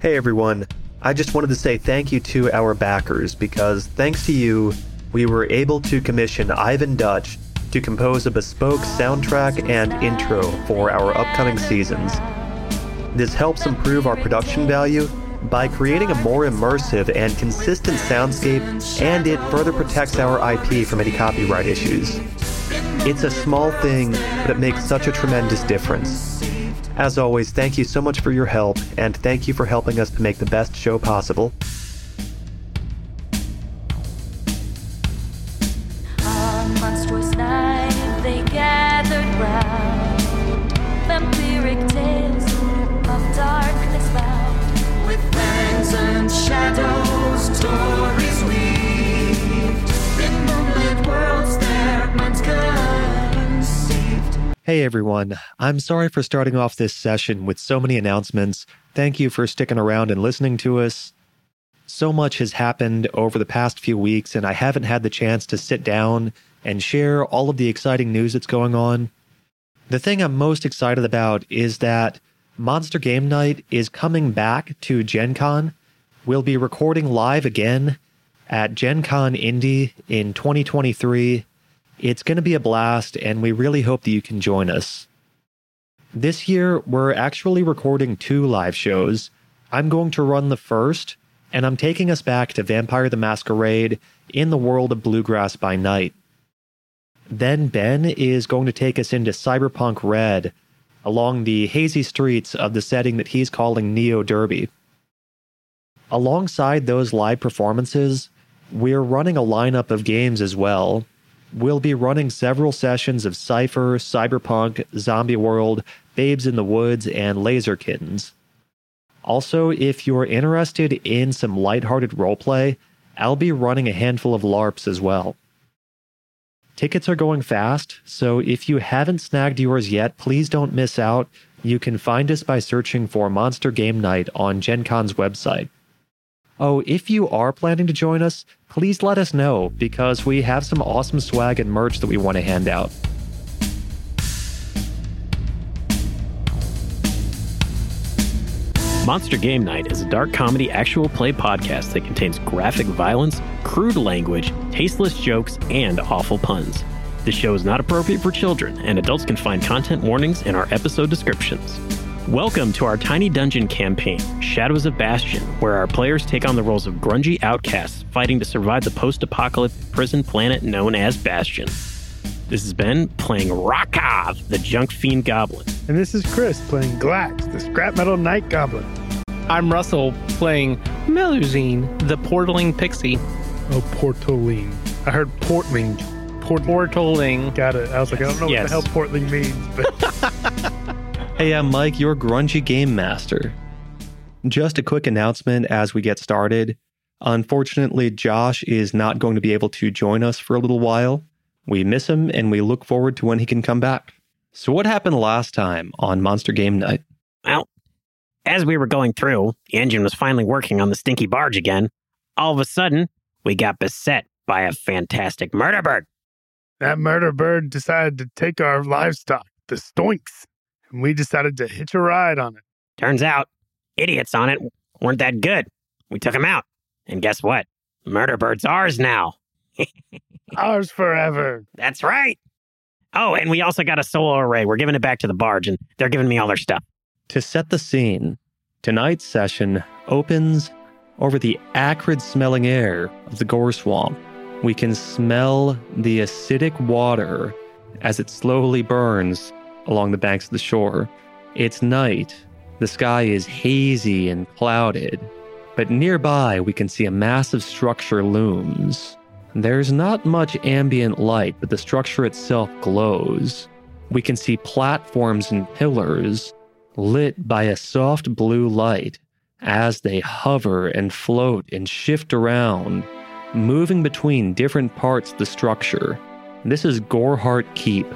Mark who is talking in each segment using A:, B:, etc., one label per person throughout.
A: Hey everyone, I just wanted to say thank you to our backers because thanks to you, we were able to commission Ivan Dutch to compose a bespoke soundtrack and intro for our upcoming seasons. This helps improve our production value by creating a more immersive and consistent soundscape, and it further protects our IP from any copyright issues. It's a small thing, but it makes such a tremendous difference. As always, thank you so much for your help, and thank you for helping us to make the best show possible.
B: On monstrous night, they gathered round. Vampiric tales of darkness bound. With fangs and shadows, stories weaved. In moonlit worlds, their minds conceived.
A: Hey everyone, I'm sorry for starting off this session with so many announcements. Thank you for sticking around and listening to us. So much has happened over the past few weeks, and I haven't had the chance to sit down and share all of the exciting news that's going on. The thing I'm most excited about is that Monster Game Night is coming back to Gen Con. We'll be recording live again at Gen Con Indie in 2023. It's going to be a blast, and we really hope that you can join us. This year, we're actually recording two live shows. I'm going to run the first, and I'm taking us back to Vampire the Masquerade in the world of Bluegrass by Night. Then Ben is going to take us into Cyberpunk Red along the hazy streets of the setting that he's calling Neo Derby. Alongside those live performances, we're running a lineup of games as well. We'll be running several sessions of Cypher, Cyberpunk, Zombie World, Babes in the Woods, and Laser Kittens. Also, if you're interested in some lighthearted roleplay, I'll be running a handful of LARPs as well. Tickets are going fast, so if you haven't snagged yours yet, please don't miss out. You can find us by searching for Monster Game Night on Gen Con's website. Oh, if you are planning to join us, please let us know because we have some awesome swag and merch that we want to hand out.
C: Monster Game Night is a dark comedy actual play podcast that contains graphic violence, crude language, tasteless jokes, and awful puns. The show is not appropriate for children, and adults can find content warnings in our episode descriptions. Welcome to our Tiny Dungeon campaign, Shadows of Bastion, where our players take on the roles of grungy outcasts fighting to survive the post apocalyptic prison planet known as Bastion. This has been playing Rakov, the junk fiend goblin.
D: And this is Chris playing Glax, the scrap metal night goblin.
E: I'm Russell playing Meluzine, the portaling pixie.
D: Oh, Portoline. I heard Portling. Port-
E: Portaling.
D: Got it. I was like, I don't know
E: Yes.
D: what the hell Portling means, but
A: Hey, I'm Mike, your grungy game master. Just a quick announcement as we get started. Unfortunately, Josh is not going to be able to join us for a little while. We miss him and we look forward to when he can come back. So, what happened last time on Monster Game Night?
C: Well, as we were going through, the engine was finally working on the stinky barge again. All of a sudden, we got beset by a fantastic murder bird.
D: that murder bird decided to take our livestock, the Stoinks, and we decided to hitch a ride on it.
C: Turns out, idiots on it weren't that good. We took him out. And guess what? Murder bird's ours now.
D: Ours forever.
C: That's right. Oh, and we also got a solar array. We're giving it back to the barge, and they're giving me all their stuff.
A: To set the scene, tonight's session opens over the acrid smelling air of the gore swamp. We can smell the acidic water as it slowly burns along the banks of the shore. It's night. The sky is hazy and clouded, but nearby we can see a massive structure looms. There's not much ambient light, but the structure itself glows. We can see platforms and pillars lit by a soft blue light as they hover and float and shift around, moving between different parts of the structure. This is Gorhart Keep,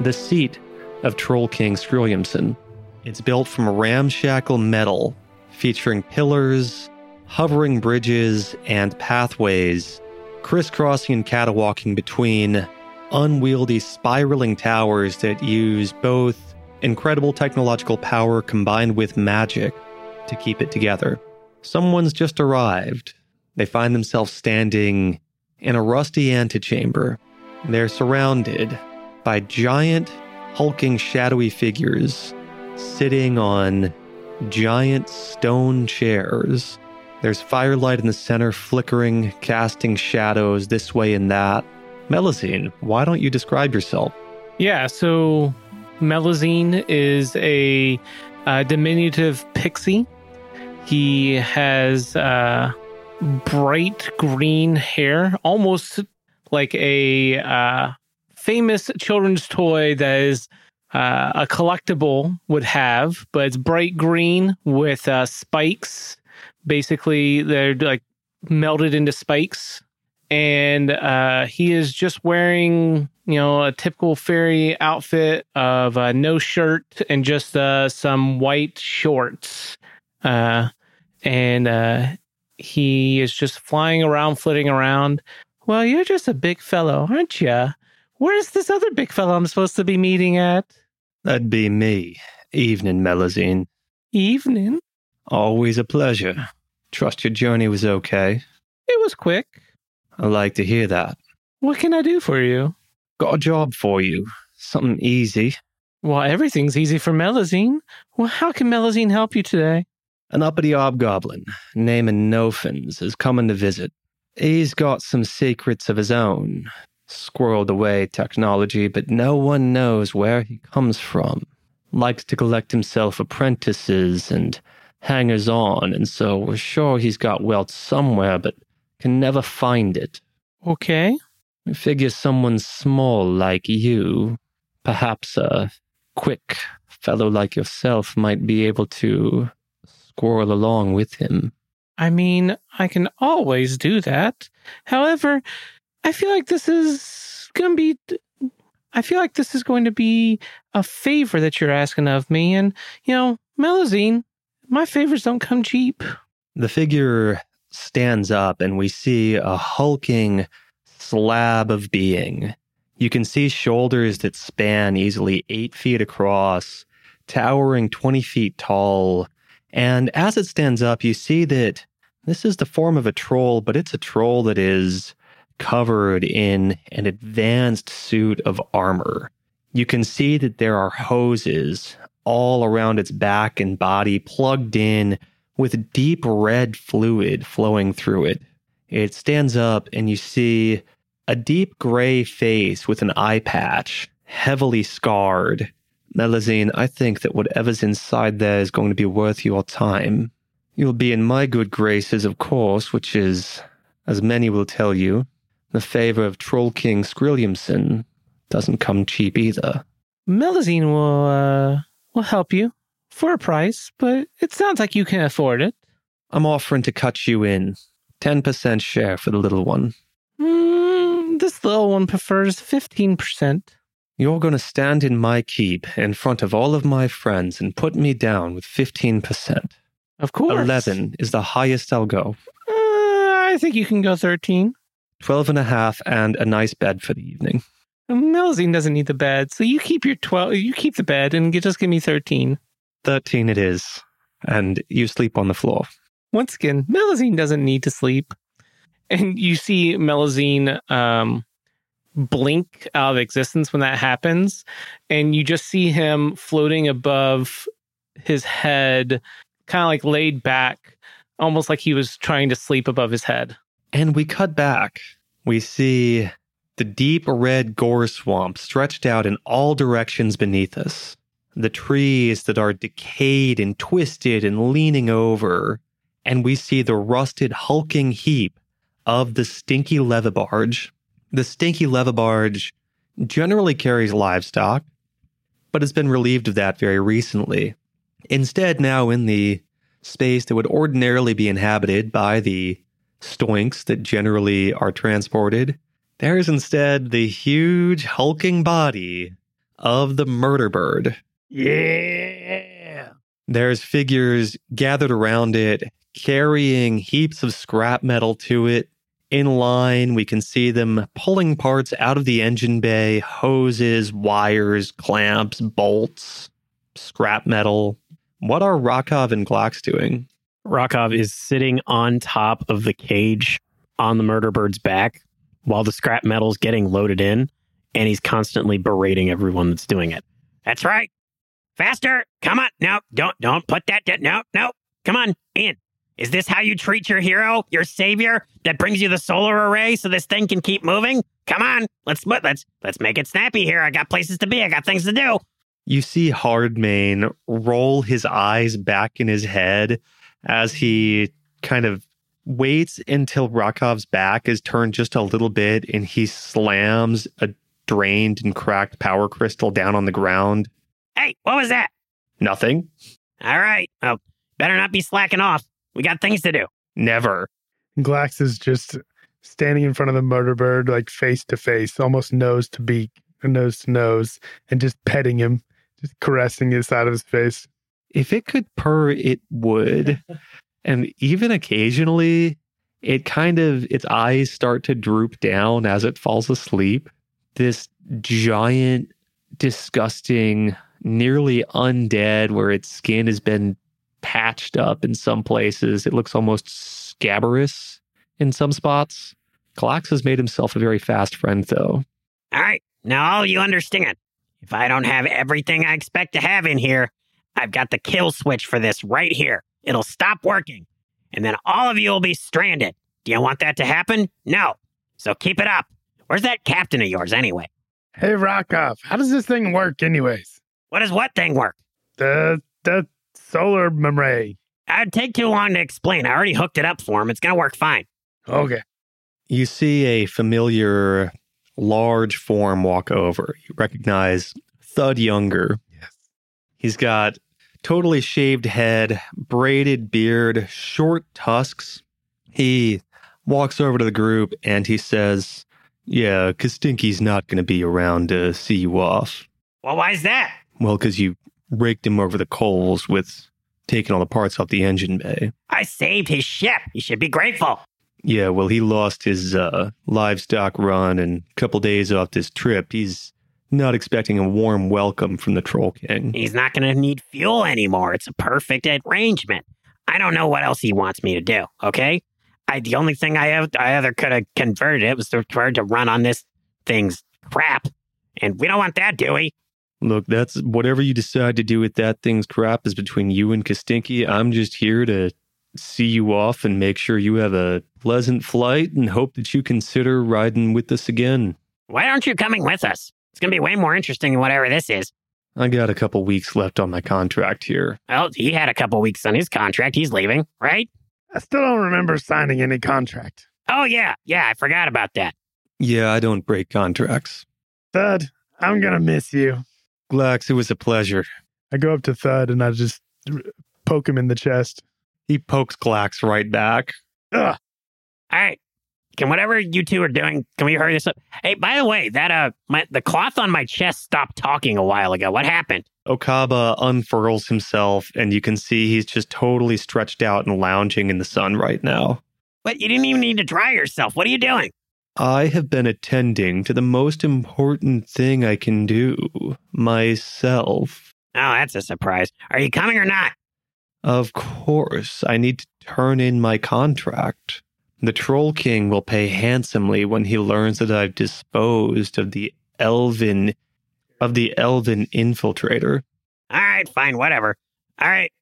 A: the seat of Troll King Skrilliamson. It's built from ramshackle metal, featuring pillars, hovering bridges, and pathways, crisscrossing and catawalking between unwieldy spiraling towers that use both incredible technological power combined with magic to keep it together. Someone's just arrived. They find themselves standing in a rusty antechamber. They're surrounded by giant, hulking, shadowy figures sitting on giant stone chairs. There's firelight in the center, flickering, casting shadows this way and that. Melusine, why don't you describe yourself?
E: Yeah, so Melazine is a uh, diminutive pixie. He has uh, bright green hair, almost like a uh, famous children's toy that is uh, a collectible would have, but it's bright green with uh, spikes. Basically, they're like melted into spikes. And uh, he is just wearing, you know, a typical fairy outfit of uh, no shirt and just uh, some white shorts. Uh, and uh, he is just flying around, flitting around. Well, you're just a big fellow, aren't you? Where's this other big fellow I'm supposed to be meeting at?
A: That'd be me. Evening, Melusine.
E: Evening.
A: Always a pleasure. Trust your journey was okay.
E: It was quick.
A: I like to hear that.
E: What can I do for you?
A: Got a job for you. Something easy.
E: Well, everything's easy for Melazine. Well, how can Melazine help you today?
A: An uppity hobgoblin, naming Nofins, is coming to visit. He's got some secrets of his own, squirreled away technology, but no one knows where he comes from. Likes to collect himself apprentices and hangers on, and so we're sure he's got wealth somewhere, but can never find it.
E: Okay.
A: We figure someone small like you, perhaps a quick fellow like yourself, might be able to squirrel along with him.
E: I mean, I can always do that. However, I feel like this is going to be. I feel like this is going to be a favor that you're asking of me. And, you know, Melazine, my favors don't come cheap.
A: The figure stands up, and we see a hulking slab of being. You can see shoulders that span easily eight feet across, towering 20 feet tall. And as it stands up, you see that this is the form of a troll, but it's a troll that is covered in an advanced suit of armor. You can see that there are hoses all around its back and body plugged in with deep red fluid flowing through it. It stands up, and you see a deep gray face with an eye patch, heavily scarred. Melazine, I think that whatever's inside there is going to be worth your time. You'll be in my good graces, of course, which is, as many will tell you, the favor of Troll King Skrilliamson doesn't come cheap either.
E: Melazine will uh, will help you for a price, but it sounds like you can afford it.
A: I'm offering to cut you in. 10% share for the little one.
E: Mm, this little one prefers fifteen percent.
A: You're going to stand in my keep in front of all of my friends and put me down with 15%.
E: Of course,
A: 11 is the highest I'll go.
E: Uh, I think you can go thirteen.
A: 12 and a half and a nice bed for the evening.
E: Melazine doesn't need the bed, so you keep your twelve. You keep the bed and get, just give me thirteen.
A: 13 it is. And you sleep on the floor.
E: Once again, Melazine doesn't need to sleep, and you see Melazine um, blink out of existence when that happens, and you just see him floating above his head, kind of like laid back, almost like he was trying to sleep above his head.
A: And we cut back. We see the deep red gore swamp stretched out in all directions beneath us. The trees that are decayed and twisted and leaning over. And we see the rusted, hulking heap of the stinky leva barge. The stinky leva barge generally carries livestock, but has been relieved of that very recently. Instead, now in the space that would ordinarily be inhabited by the stoinks that generally are transported. There is instead the huge hulking body of the murder bird.
D: Yeah.
A: There's figures gathered around it, carrying heaps of scrap metal to it. In line, we can see them pulling parts out of the engine bay, hoses, wires, clamps, bolts, scrap metal. What are Rakov and Glocks doing?
C: Rakov is sitting on top of the cage on the murder bird's back while the scrap metal's getting loaded in, and he's constantly berating everyone that's doing it. That's right. Faster. Come on. No, don't don't put that down. No, no. Come on. In. Is this how you treat your hero, your savior that brings you the solar array so this thing can keep moving? Come on. Let's let's let's make it snappy here. I got places to be. I got things to do.
A: You see Hardmain roll his eyes back in his head as he kind of waits until Rakov's back is turned just a little bit and he slams a drained and cracked power crystal down on the ground.
C: Hey, what was that?
A: Nothing.
C: All right. Oh, better not be slacking off. We got things to do.
A: Never.
D: Glax is just standing in front of the murder bird, like face to face, almost nose to beak, nose to nose, and just petting him, just caressing his side of his face.
A: If it could purr, it would. and even occasionally, it kind of, its eyes start to droop down as it falls asleep. This giant, disgusting, nearly undead, where its skin has been patched up in some places. It looks almost scabrous in some spots. Calax has made himself a very fast friend, though.
C: All right. Now all you understand. If I don't have everything I expect to have in here, I've got the kill switch for this right here. It'll stop working. And then all of you will be stranded. Do you want that to happen? No. So keep it up. Where's that captain of yours anyway?
D: Hey, Rockoff, how does this thing work, anyways?
C: What does what thing work?
D: The the solar memory.
C: It'd take too long to explain. I already hooked it up for him. It's going to work fine.
D: Okay,
A: You see a familiar large form walk over. You recognize Thud Younger.
D: Yes.
A: He's got totally shaved head, braided beard, short tusks. He walks over to the group and he says, Yeah, Kastinki's not going to be around to see you off.
C: Well, why's that?
A: Well, because you raked him over the coals with taking all the parts off the engine bay.
C: I saved his ship. You should be grateful.
A: Yeah, well, he lost his uh, livestock run and a couple days off this trip. He's not expecting a warm welcome from the Troll King.
C: He's not going to need fuel anymore. It's a perfect arrangement. I don't know what else he wants me to do. Okay, I the only thing I have I other could have converted it was to try to run on this thing's crap, and we don't want that, do we?
A: Look, that's whatever you decide to do with that thing's crap is between you and Kostinki. I'm just here to see you off and make sure you have a pleasant flight and hope that you consider riding with us again.
C: Why aren't you coming with us? It's going to be way more interesting than whatever this is.
A: I got a couple weeks left on my contract here.
C: Well, he had a couple weeks on his contract. He's leaving, right?
D: I still don't remember signing any contract.
C: Oh yeah, yeah. I forgot about that.
A: Yeah, I don't break contracts.
D: Thud, I'm gonna miss you.
A: Glax, it was a pleasure.
D: I go up to Thud and I just r- poke him in the chest.
A: He pokes Glax right back.
D: Ugh.
C: All right. Can whatever you two are doing, can we hurry this up? Hey, by the way, that uh, my, the cloth on my chest stopped talking a while ago. What happened?
A: Okaba unfurls himself, and you can see he's just totally stretched out and lounging in the sun right now.
C: What? You didn't even need to dry yourself. What are you doing?
A: I have been attending to the most important thing I can do myself.
C: Oh, that's a surprise. Are you coming or not?
A: Of course, I need to turn in my contract. The Troll King will pay handsomely when he learns that I've disposed of the elven of the elven infiltrator.
C: All right, fine, whatever. All right.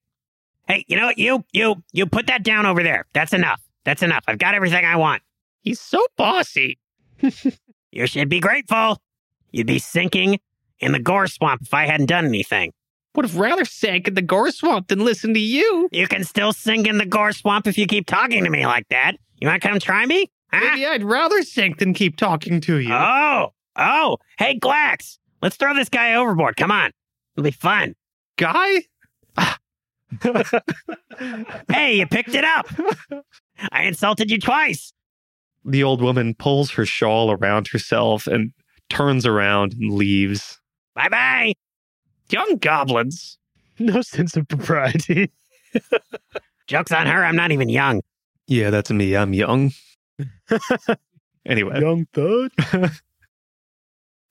C: Hey, you know what? You, you, you put that down over there. That's enough. That's enough. I've got everything I want. He's so bossy. you should be grateful. You'd be sinking in the gore swamp if I hadn't done anything.
F: Would have rather sank in the gore swamp than listen to you.
C: You can still sink in the gore swamp if you keep talking to me like that. You want to come try me? Huh?
F: Maybe I'd rather sink than keep talking to you.
C: Oh, oh, hey, Glax, let's throw this guy overboard. Come on, it'll be fun.
F: Guy?
C: Hey, you picked it up. I insulted you twice.
A: The old woman pulls her shawl around herself and turns around and leaves.
C: Bye bye.
F: Young goblins.
D: No sense of propriety.
C: Joke's on her. I'm not even young.
A: Yeah, that's me. I'm young. anyway,
D: Young Thud.
C: All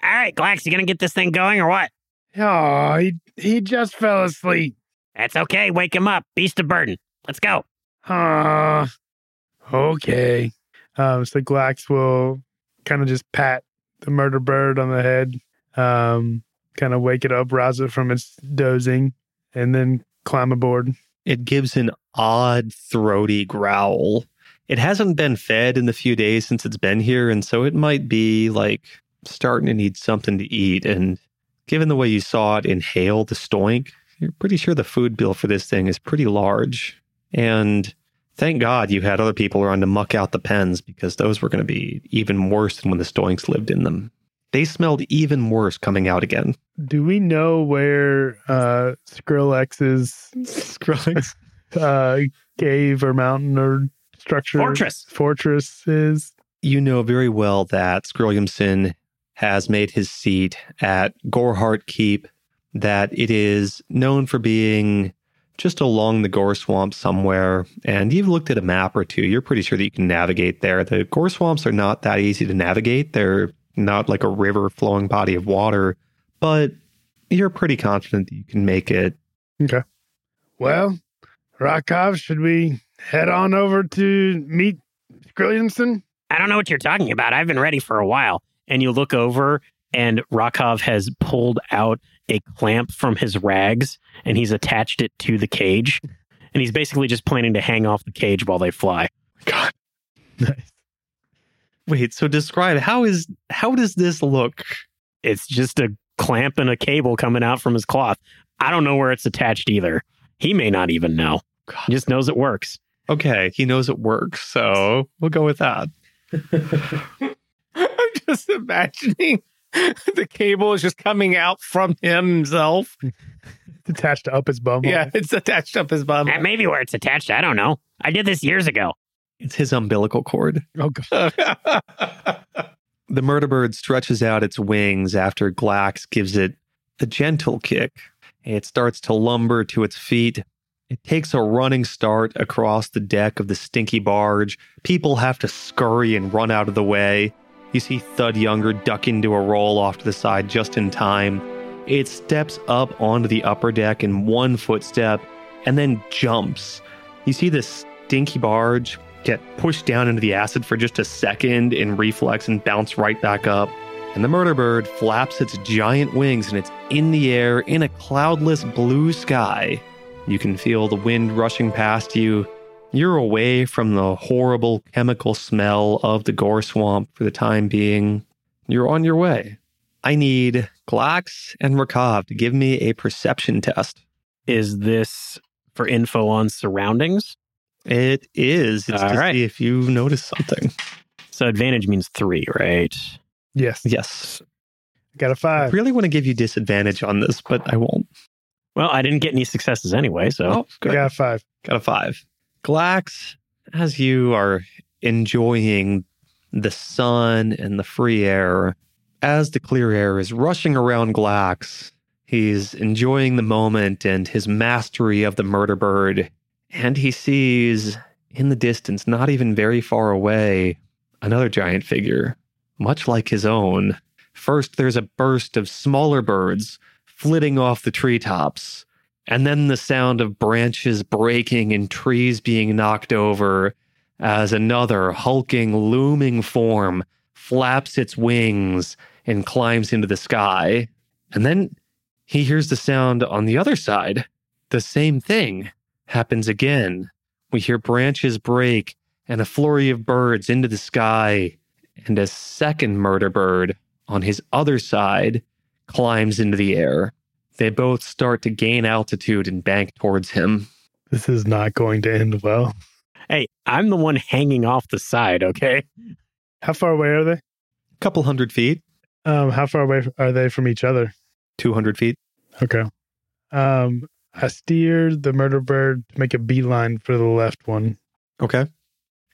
C: right, Glax, you gonna get this thing going or what?
D: Oh, he he just fell asleep.
C: That's okay. Wake him up. Beast of burden. Let's go.
D: Ah, okay. Um, so Glax will kind of just pat the murder bird on the head, um, kind of wake it up, rouse it from its dozing, and then climb aboard.
A: It gives an odd, throaty growl. It hasn't been fed in the few days since it's been here, and so it might be like starting to need something to eat. And given the way you saw it inhale the stoink, you're pretty sure the food bill for this thing is pretty large. And thank God you had other people around to muck out the pens because those were going to be even worse than when the stoinks lived in them. They smelled even worse coming out again.
D: Do we know where uh, Skrillex's
A: Skrillex.
D: uh, cave or mountain or structure
C: Fortress.
D: fortress is?
A: you know very well that Scrolliamson has made his seat at Gorhart Keep, that it is known for being just along the Gore Swamp somewhere. And you've looked at a map or two, you're pretty sure that you can navigate there. The Gore Swamps are not that easy to navigate, they're not like a river flowing body of water, but you're pretty confident that you can make it.
D: Well, Rakov, should we head on over to meet Skrilliamson?
C: I don't know what you're talking about. I've been ready for a while. And you look over, and Rakov has pulled out a clamp from his rags and he's attached it to the cage. And he's basically just planning to hang off the cage while they fly.
A: Wait, so describe how is how does this look?
C: It's just a clamp and a cable coming out from his cloth. I don't know where it's attached either. He may not even know. He just knows it works.
A: Okay, he knows it works, so we'll go with that.
E: I'm just imagining the cable is just coming out from him himself.
D: It's attached up his bum.
E: Yeah, it's attached up his bum.
C: That may be Uh, where it's attached. I don't know. I did this years ago.
A: It's his umbilical cord.
D: Oh, God.
E: Uh,
A: The murder bird stretches out its wings after Glax gives it a gentle kick. It starts to lumber to its feet. It takes a running start across the deck of the stinky barge. People have to scurry and run out of the way. You see Thud Younger duck into a roll off to the side just in time. It steps up onto the upper deck in one footstep and then jumps. You see this stinky barge get pushed down into the acid for just a second in reflex and bounce right back up. And the murder bird flaps its giant wings and it's in the air in a cloudless blue sky. You can feel the wind rushing past you. You're away from the horrible chemical smell of the gore swamp for the time being. You're on your way. I need Glax and Rakov to give me a perception test.
C: Is this for info on surroundings?
A: It is. It's
C: All
A: to
C: right.
A: see if you notice something.
C: So advantage means three, right?
D: Yes.
A: Yes.
D: Got a
A: I
D: five.
A: really want to give you disadvantage on this, but I won't. Oh,
C: Well, I didn't get any successes anyway, so
A: good.
D: I got a five.
A: Got a five. Glax, as you are enjoying the sun and the free air, as the clear air is rushing around Glax, he's enjoying the moment and his mastery of the murder bird. And he sees in the distance, not even very far away, another giant figure, much like his own. First, there's a burst of smaller birds flitting off the treetops. And then the sound of branches breaking and trees being knocked over as another hulking, looming form flaps its wings and climbs into the sky. And then he hears the sound on the other side. The same thing happens again. We hear branches break and a flurry of birds into the sky. And a second murder bird on his other side climbs into the air. They both start to gain altitude and bank towards him.
D: This is not going to end well.
C: hey, I'm the one hanging off the side, okay?
D: How far away are they?
A: A couple hundred feet,
D: Um, how far away are they from each other?
A: 200 feet.
D: Okay. Um, I steered the murder bird to make a beeline for the left one.
A: Okay.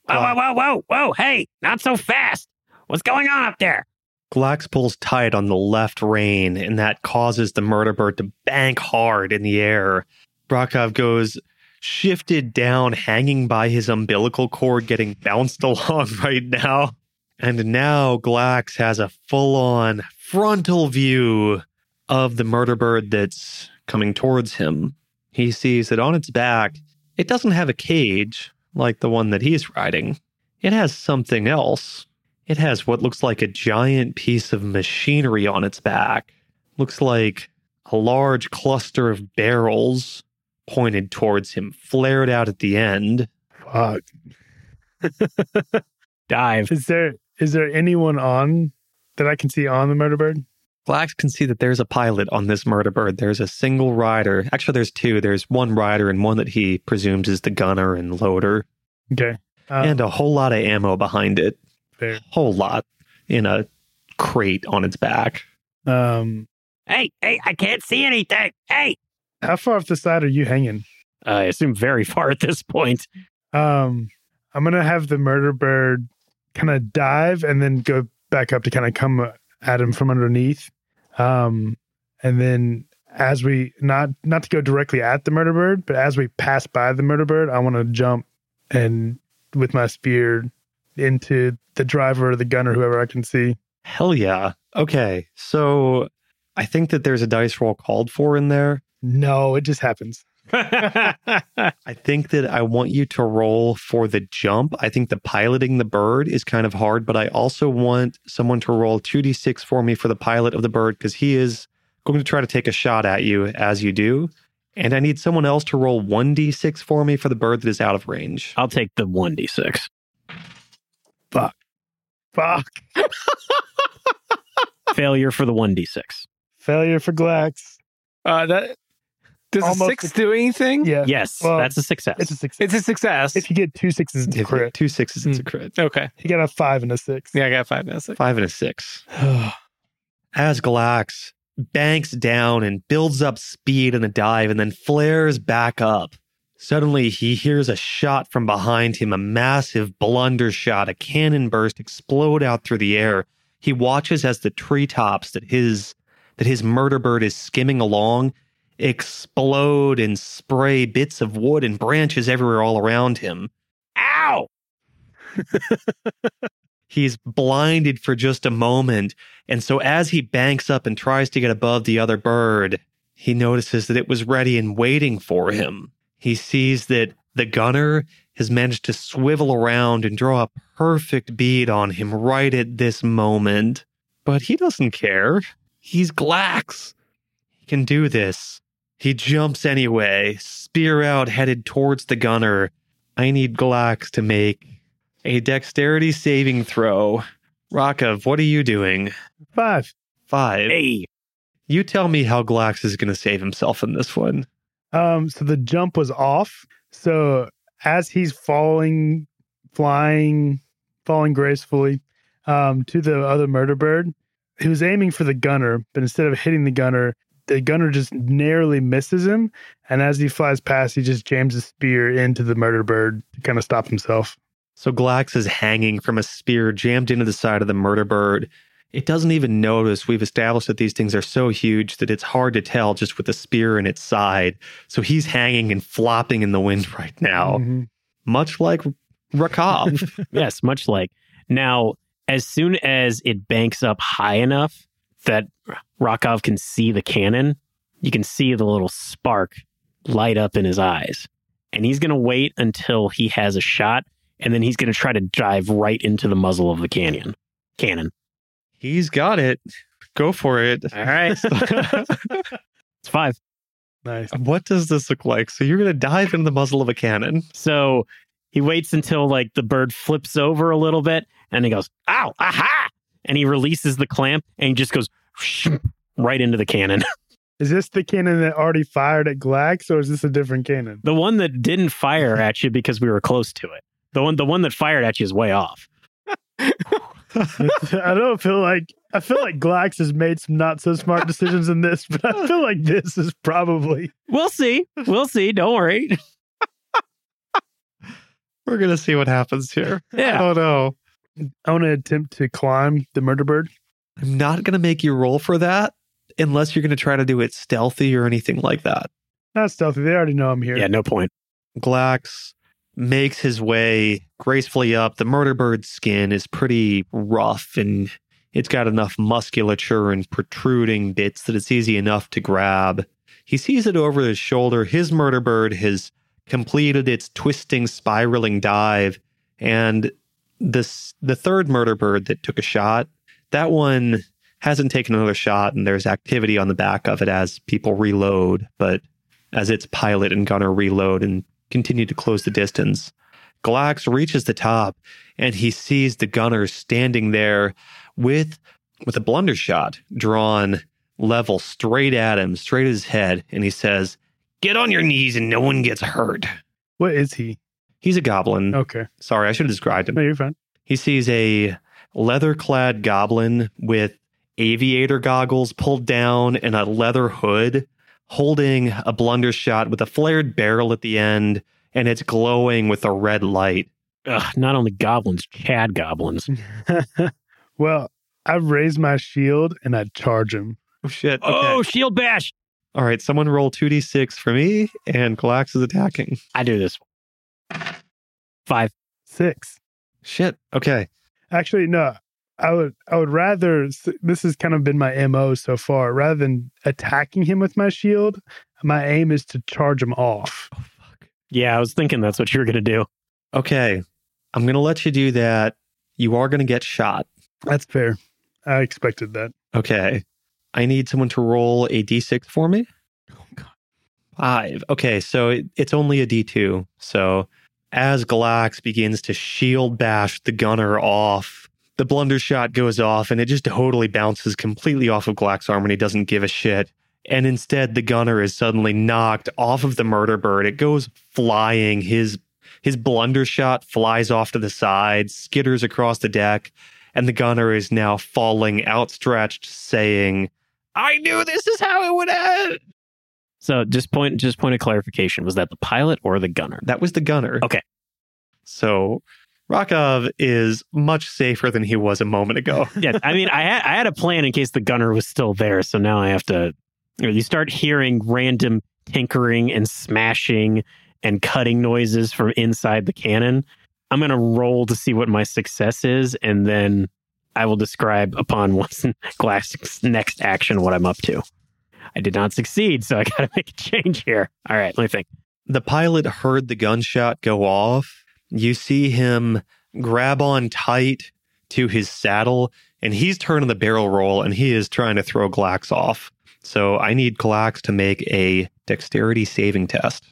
C: Whoa,
D: Wow.
C: whoa, whoa, whoa, whoa, hey, not so fast. What's going on up there?
A: Glax pulls tight on the left rein, and that causes the murder bird to bank hard in the air. Brakov goes shifted down, hanging by his umbilical cord, getting bounced along right now. And now Glax has a full on frontal view of the murder bird that's coming towards him. He sees that on its back, it doesn't have a cage, like the one that he's riding. It has something else. It has what looks like a giant piece of machinery on its back. Looks like a large cluster of barrels pointed towards him, flared out at the end.
D: Fuck.
C: Dive.
D: Is there is there anyone on that I can see on the murder bird?
A: Glax can see that there's a pilot on this murder bird. There's a single rider. Actually, there's two. There's one rider and one that he presumes is the gunner and loader,
D: Okay. Um,
A: and a whole lot of ammo behind it.
D: fair.
A: Whole lot in a crate on its back.
D: Um,
C: Hey, hey, I can't see anything. Hey.
D: how far off the side are you hanging?
C: I assume very far at this point.
D: Um, I'm gonna have the murder bird kind of dive and then go back up to kind of come at him from underneath. Um, and then as we not not to go directly at the murder bird, but as we pass by the murder bird, I want to jump and with my spear into the driver or the gunner, whoever I can see.
A: Hell yeah. Okay. So I think that there's a dice roll called for in there.
D: No, it just happens.
A: I think that I want you to roll for the jump. I think the piloting the bird is kind of hard, but I also want someone to roll 2d6 for me for the pilot of the bird because he is going to try to take a shot at you as you do. And I need someone else to roll 1d6 for me for the bird that is out of range.
C: I'll take the 1d6.
D: Fuck.
C: Failure for the 1d6.
D: Failure for Glax.
E: Uh, that does
D: Almost
E: a six
D: a-
E: do anything?
D: Yeah.
C: Yes,
D: Uh, Well,
C: that's a success.
D: It's a success.
E: It's a success.
D: If you get two sixes, it's a
A: If
D: crit. Hmm.
A: Two sixes, it's a
E: Mm.
A: crit.
E: okay.
D: He got a five and a six.
E: Yeah, I got five. That's it.
A: Five and a six. as Galax banks down and builds up speed in the dive and then flares back up. Suddenly, he hears a shot from behind him, a massive blunder shot, a cannon burst explode out through the air. He watches as the treetops that his that his murder bird is skimming along explode and spray bits of wood and branches everywhere all around him.
C: Ow!
A: He's blinded for just a moment. And so, as he banks up and tries to get above the other bird, he notices that it was ready and waiting for him. He sees that the gunner has managed to swivel around and draw a perfect bead on him right at this moment. But he doesn't care. He's Glax. He can do this. He jumps anyway, spear out, headed towards the gunner. I need Glax to make a dexterity saving throw. Rakov, what are you doing?
D: Five.
A: Five.
C: Hey,
A: You tell me how Glax is going to save himself in this one.
D: Um, so the jump was off. So as he's falling, flying, falling gracefully um, to the other murder bird, he was aiming for the gunner, but instead of hitting the gunner, the gunner just narrowly misses him. And as he flies past, he just jams his spear into the murder bird to kind of stop himself.
A: So Glax is hanging from a spear jammed into the side of the murder bird. It doesn't even notice. We've established that these things are so huge that it's hard to tell just with the spear in its side. So he's hanging and flopping in the wind right now,
D: Mhm.
A: much like Rakov.
C: yes, much like. Now, as soon as it banks up high enough that Rakov can see the cannon, you can see the little spark light up in his eyes. And he's going to wait until he has a shot, and then he's going to try to dive right into the muzzle of the canyon. Cannon.
A: he's got it. Go for it.
C: All right. it's five.
D: Nice.
A: What does this look like? So you're going to dive into the muzzle of a cannon.
C: So he waits until like the bird flips over a little bit and he goes, ow, aha. And he releases the clamp and he just goes right into the cannon.
D: Is this the cannon that already fired at Glax, or is this a different cannon?
C: The one that didn't fire at you because we were close to it. The one the one that fired at you is way off.
D: I don't feel like I feel like Glax has made some not so smart decisions in this, but I feel like this is probably
C: We'll see. We'll see. Don't worry.
A: We're going to see what happens here.
C: Yeah.
A: Oh no.
D: I want to attempt to climb the murder bird.
A: I'm not going to make you roll for that unless you're going to try to do it stealthy or anything like that.
D: Not stealthy. They already know I'm here.
C: Yeah, no point.
A: Glax makes his way gracefully up. The murder bird's skin is pretty rough and it's got enough musculature and protruding bits that it's easy enough to grab. He sees it over his shoulder. His murder bird has completed its twisting, spiraling dive, and this the third murder bird that took a shot. That one hasn't taken another shot, and there's activity on the back of it as people reload. But as its pilot and gunner reload and continue to close the distance, Glax reaches the top, and he sees the gunner standing there with with a blunder shot drawn level straight at him, straight at his head, and he says, Get on your knees and no one gets hurt.
D: What is he?
A: He's a goblin.
D: Okay.
A: Sorry, I should have described him.
D: No, you're fine.
A: He sees a leather clad goblin with aviator goggles pulled down and a leather hood holding a blunder shot with a flared barrel at the end, and it's glowing with a red light.
C: Ugh, not only goblins, Chad goblins.
D: well, I raise my shield and I charge him.
A: Oh, shit. Okay.
C: Oh, shield bash!
A: All right, someone roll 2d6 for me, and Glax is attacking.
C: I do this. Five.
D: Six.
A: Shit. Okay.
D: Actually, no. I would I would rather this has kind of been my MO so far. Rather than attacking him with my shield, my aim is to charge him off.
A: Oh, fuck.
C: Yeah, I was thinking that's what you were going to do.
A: Okay. I'm going to let you do that. You are going to get shot.
D: That's fair. I expected that.
A: Okay. I need someone to roll a d6 for me.
C: Oh, God.
A: Five. Okay. So it, it's only a d2. So as Galax begins to shield bash the gunner off, the blunder shot goes off and it just totally bounces completely off of Galax's arm and he doesn't give a shit. And instead, the gunner is suddenly knocked off of the murder bird. It goes flying. His his blunder shot flies off to the side, skitters across the deck, and the gunner is now falling outstretched, saying, I knew this is how it would end.
C: So just point, just point of clarification: was that the pilot or the gunner?
A: That was the gunner.
C: Okay.
A: So Rakov is much safer than he was a moment ago.
C: yeah, I mean, I had, I had a plan in case the gunner was still there, so now I have to. You, know, you start hearing random tinkering and smashing and cutting noises from inside the cannon. I'm going to roll to see what my success is, and then I will describe upon what's Glass's next action what I'm up to. I did not succeed, so I got to make a change here. All right, let me think.
A: The pilot heard the gunshot go off. You see him grab on tight to his saddle, and he's turning the barrel roll and he is trying to throw Glax off. So I need Glax to make a dexterity saving test.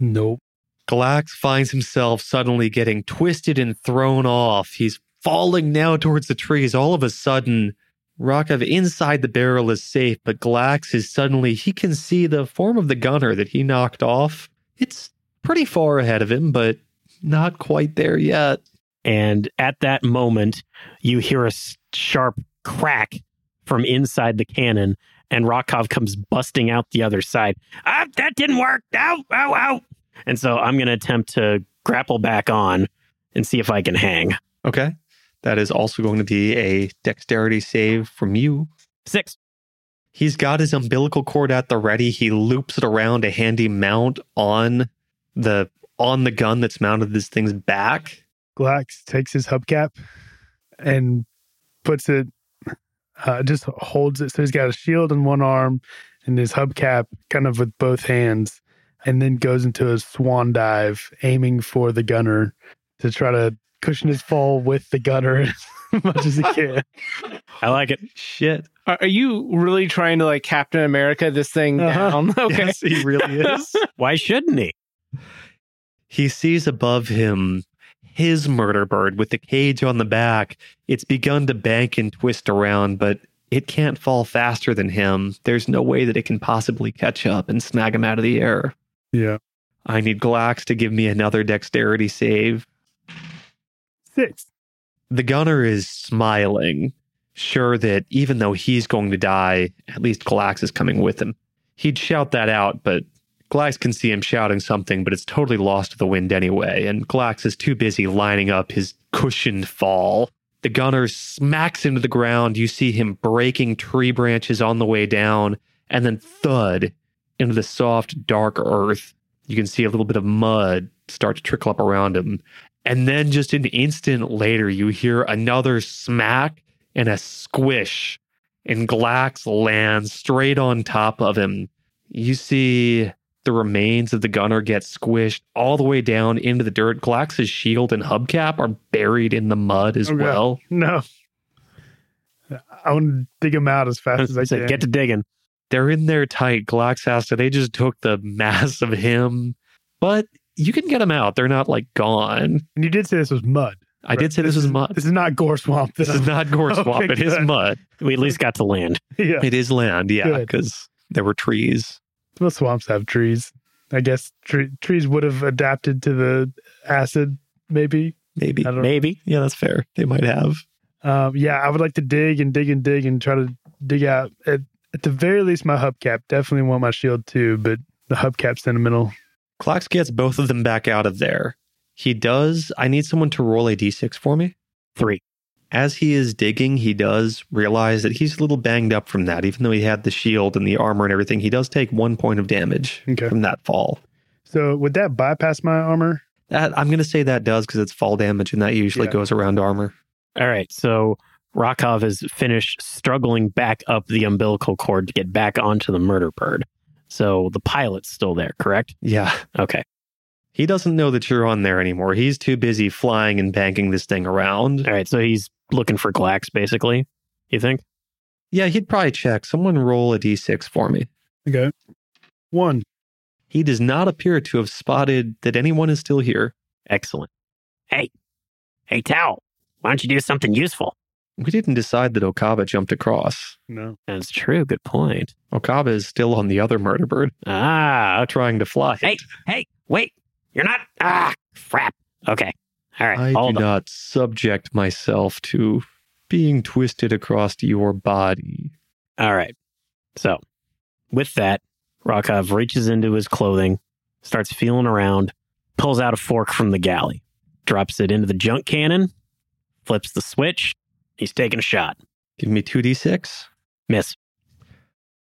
D: Nope.
A: Galax finds himself suddenly getting twisted and thrown off. He's falling now towards the trees. All of a sudden, Rakov inside the barrel is safe, but Galax is suddenly, he can see the form of the gunner that he knocked off. It's pretty far ahead of him, but not quite there yet.
C: And at that moment, you hear a s- sharp crack from inside the cannon, and Rokov comes busting out the other side. Ah, that didn't work. Ow, ow, ow. And so I'm going to attempt to grapple back on and see if I can hang.
A: Okay. That is also going to be a dexterity save from you.
C: Six.
A: He's got his umbilical cord at the ready. He loops it around a handy mount on the on the gun that's mounted to this thing's back.
D: Glax takes his hubcap and puts it, uh, just holds it. So he's got a shield in one arm and his hubcap kind of with both hands, and then goes into a swan dive, aiming for the gunner to try to cushion his fall with the gunner as much as he can.
C: I like it.
A: Shit.
E: Are, are you really trying to like Captain America this thing
D: Uh-huh.
E: down? Okay.
A: Yes, he really is.
C: Why shouldn't he?
A: he sees above him his murder bird with the cage on the back. It's begun to bank and twist around, but it can't fall faster than him. There's no way that it can possibly catch up and snag him out of the air.
D: Yeah.
A: I need Glax to give me another dexterity save.
D: Six.
A: The gunner is smiling, sure that even though he's going to die, at least Glax is coming with him. He'd shout that out, but Glax can see him shouting something, but it's totally lost to the wind anyway, and Glax is too busy lining up his cushioned fall. The gunner smacks into the ground. You see him breaking tree branches on the way down, and then thud into the soft, dark earth. You can see a little bit of mud start to trickle up around him. And then just an instant later, you hear another smack and a squish, and Glax lands straight on top of him. You see The remains of the gunner get squished all the way down into the dirt. Glax's shield and hubcap are buried in the mud as
D: Oh, God.
A: well.
D: No. I want to dig him out as fast as I
C: Said,
D: can.
C: get to digging.
A: They're in there tight. Glax has to. They just took the mass of him, but you can get them out. They're not like gone.
D: and you did say this was mud.
A: I did say this was mud.
D: This is not gore swamp.
A: This is not gore
D: Okay,
A: swamp. It is
D: good.
A: mud.
C: We at least got to land.
D: yeah.
A: It is land. Yeah,
D: Good.
A: because there were trees.
D: Well, swamps have trees. I guess tre- trees would have adapted to the acid, maybe.
A: Maybe.
D: I don't
C: Maybe.
A: Yeah, that's fair. They might have.
D: Um, yeah, I would like to dig and dig and dig and try to dig out at, at the very least my hubcap. Definitely want my shield too, but the hubcap sentimental.
A: Clocks gets both of them back out of there. He does. I need someone to roll a d6 for me.
C: Three.
A: As he is digging, he does realize that he's a little banged up from that. Even though he had the shield and the armor and everything, he does take one point of damage
D: Okay.
A: from that fall.
D: So would that bypass my armor?
A: That, I'm going to say that does because it's fall damage and that usually
D: Yeah.
A: goes around armor.
C: All right. So Rakov has finished struggling back up the umbilical cord to get back onto the murder bird. So the pilot's still there, correct?
A: Yeah.
C: Okay.
A: He doesn't know that you're on there anymore. He's too busy flying and banking this thing around.
C: All right. So he's looking for Glax, basically. You think?
A: Yeah, he'd probably check. Someone roll a d6 for me.
D: Okay. One.
A: He does not appear to have spotted that anyone is still here.
C: Excellent. Hey, hey, Tao, why don't you do something useful?
A: We didn't decide that Okaba jumped across.
D: No.
C: That's true. Good point.
A: Okaba is still on the other murder bird, uh,
C: Ah,
A: trying to fly.
C: Hey, wait, you're not. Ah, crap. Okay. All right.
A: I
C: hold
A: do
C: on.
A: not subject myself to being twisted across your body.
C: All right. So, with that, Rakov reaches into his clothing, starts feeling around, pulls out a fork from the galley, drops it into the junk cannon, flips the switch. He's taking a shot.
A: Give me 2d6.
C: Miss.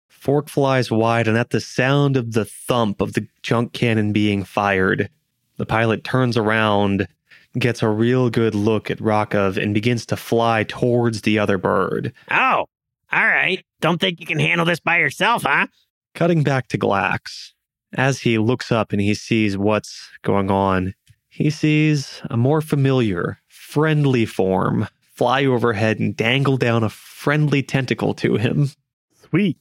A: Fork flies wide, and at the sound of the thump of the junk cannon being fired, the pilot turns around, gets a real good look at Rakov, and begins to fly towards the other bird.
C: Oh, all right. Don't think you can handle this by yourself, huh?
A: Cutting back to Glax, as he looks up and he sees what's going on, he sees a more familiar, friendly form fly overhead and dangle down a friendly tentacle to him.
D: Sweet.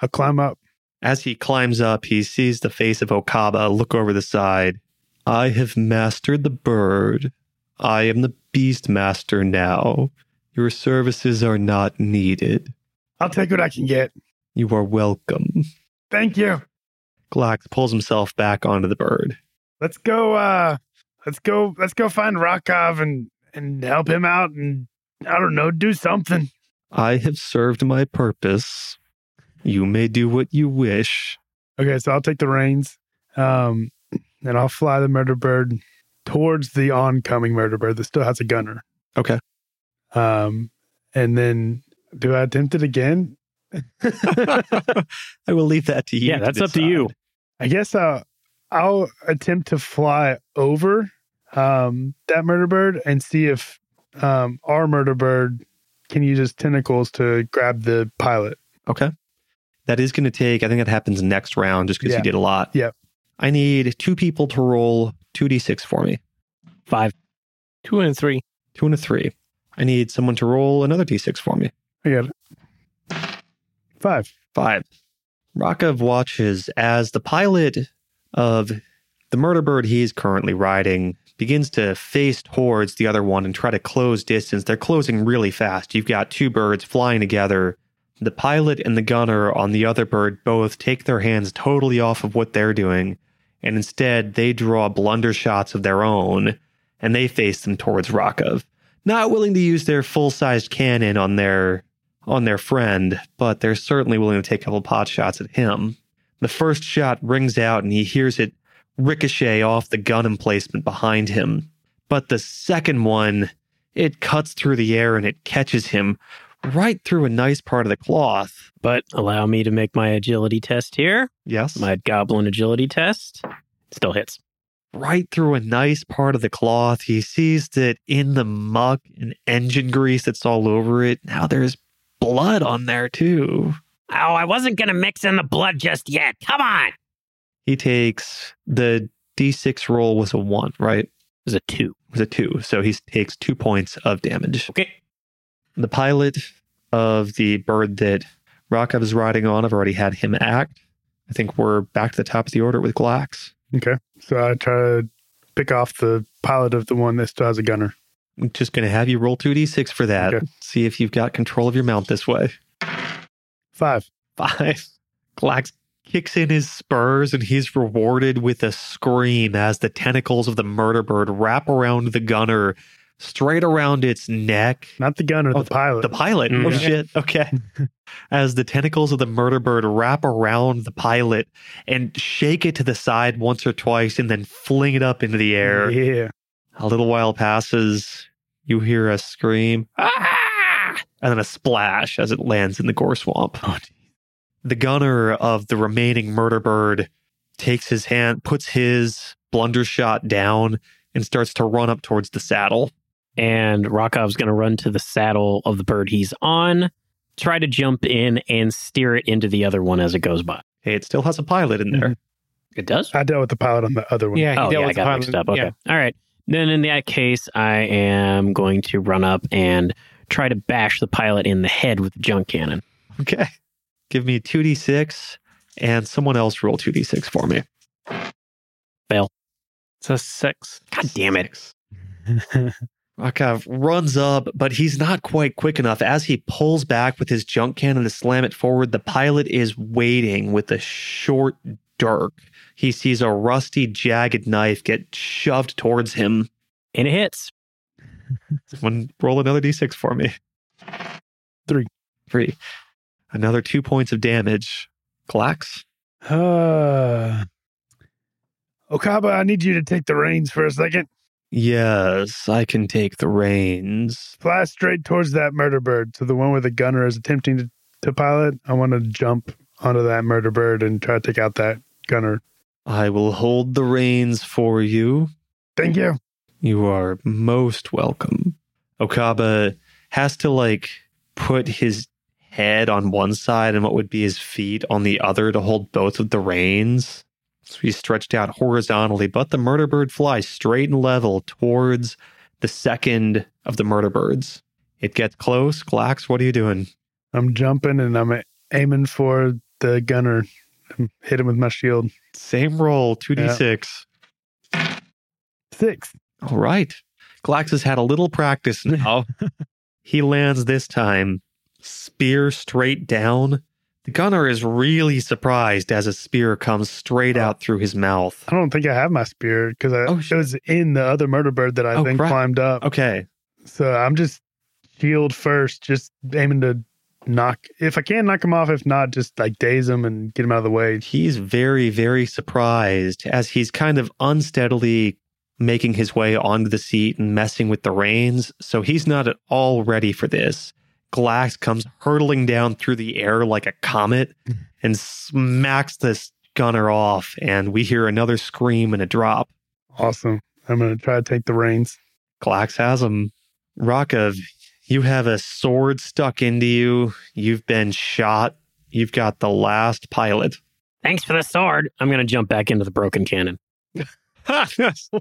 D: I'll climb up.
A: As he climbs up, he sees the face of Okaba look over the side. I have mastered the bird. I am the beast master now. Your services are not needed.
D: I'll take what I can get.
A: You are welcome.
D: Thank you.
A: Glax pulls himself back onto the bird.
D: Let's go. Uh, let's go. Let's go find Rakov and and help him out and I don't know, do something.
A: I have served my purpose. You may do what you wish.
D: Okay, so I'll take the reins, um, and I'll fly the murder bird towards the oncoming murder bird that still has a gunner.
A: Okay.
D: Um, and then do I attempt it again?
A: I will leave that to you.
C: Yeah, that's up to you.
A: decide.
D: I guess I'll, I'll attempt to fly over um, that murder bird and see if um, our murder bird can use his tentacles to grab the pilot.
A: Okay. That is going to take, I think that happens next round just because
D: Yeah.
A: you did a lot.
D: Yep.
A: I need two people to roll 2d6 for me,
C: Five.
E: Two and three.
A: two and a three. I need someone to roll another d6 for me.
D: I got it. Five.
A: Five. Rakov watches as the pilot of the murder bird he's currently riding begins to face towards the other one and try to close distance. They're closing really fast. You've got two birds flying together. The pilot and the gunner on the other bird both take their hands totally off of what they're doing, and instead they draw blunder shots of their own and they face them towards Rakov. Not willing to use their full-sized cannon on their on their friend, but they're certainly willing to take a couple pot shots at him. The first shot rings out and he hears it ricochet off the gun emplacement behind him. But the second one, it cuts through the air and it catches him right through a nice part of the cloth.
C: But allow me to make my agility test here.
A: Yes.
C: My goblin agility test still hits.
A: right through a nice part of the cloth. He sees that in the muck and engine grease that's all over it, now there's blood on there too.
F: Oh, I wasn't going to mix in the blood just yet. Come on.
A: He takes the d6 roll was a one, right?
C: It's a two.
A: It was a two. So he takes two points of damage.
C: Okay.
A: The pilot of the bird that Rakov is riding on, I've already had him act. I think we're back to the top of the order with Glax.
D: So I try to pick off the pilot of the one that still has a gunner.
A: I'm just going to have you roll 2d6 for that.
D: Okay.
A: See if you've got control of your mount this way.
D: Five.
A: Five. Glax kicks in his spurs and he's rewarded with a scream as the tentacles of the murder bird wrap around the gunner, straight around its neck.
D: Not the gunner,
A: Oh,
D: the pilot.
A: The pilot.
E: Mm.
A: Oh,
E: Yeah.
A: shit. Okay. As the tentacles of the murder bird wrap around the pilot and shake it to the side once or twice and then fling it up into the air.
D: Yeah.
A: A little while passes. You hear a scream
F: Ah!
A: and then a splash as it lands in the gore swamp. the gunner of the remaining murder bird takes his hand, puts his blunder shot down, and starts to run up towards the saddle.
C: And Rakov's going to run to the saddle of the bird he's on, try to jump in and steer it into the other one as it goes by.
A: Hey, it still has a pilot in there.
C: It does?
D: I dealt with the pilot on the other one.
E: Yeah, he
C: Oh,
E: dealt
C: yeah, I
E: with the
C: got
E: pilot.
C: mixed up. Okay.
E: Yeah.
C: All right. Then in that case, I am going to run up and try to bash the pilot in the head with the junk cannon.
A: Okay. Give me 2d6 and someone else roll 2d6 for me.
E: It's a six.
C: God damn it.
A: Rakov runs up, but he's not quite quick enough. As he pulls back with his junk cannon to slam it forward, the pilot is waiting with a short dirk. He sees a rusty, jagged knife get shoved towards him.
C: And it hits.
A: One, roll another d6 for me.
D: Three.
A: Three. Another two points of damage. Glax?
D: Uh, Okaba, I need you to take the reins for a second.
A: Yes, I can take the reins.
D: Fly straight towards that murder bird. So the one where the gunner is attempting to, to pilot, I want to jump onto that murder bird and try to take out that gunner.
A: I will hold the reins for you.
D: Thank you.
A: You are most welcome. Okaba has to like put his head on one side and what would be his feet on the other to hold both of the reins. So he's stretched out horizontally, but the murder bird flies straight and level towards the second of the murder birds. It gets close. Glax, what are you doing?
D: I'm jumping and I'm aiming for the gunner. I'm hitting with my shield.
A: Same roll, 2d6.
D: Six.
A: All right. Glax has had a little practice now. he lands this time, spear straight down. The gunner is really surprised as a spear comes straight out through his mouth.
D: I don't think I have my spear because
A: Oh,
D: it
A: shit.
D: was in the other murder bird that I
A: Oh,
D: think
A: crap.
D: climbed up.
A: Okay.
D: So I'm just shield first, just aiming to knock. If I can knock him off, if not, just like daze him and get him out of the way.
A: He's very, very surprised as he's kind of unsteadily making his way onto the seat and messing with the reins. So he's not at all ready for this. Glax comes hurtling down through the air like a comet and smacks this gunner off. And we hear another scream and a drop.
D: Awesome. I'm going to try to take the reins.
A: Glax has him. Rakov, you have a sword stuck into you. You've been shot. You've got the last pilot.
C: Thanks for the sword. I'm going to jump back into the broken cannon.
A: What? So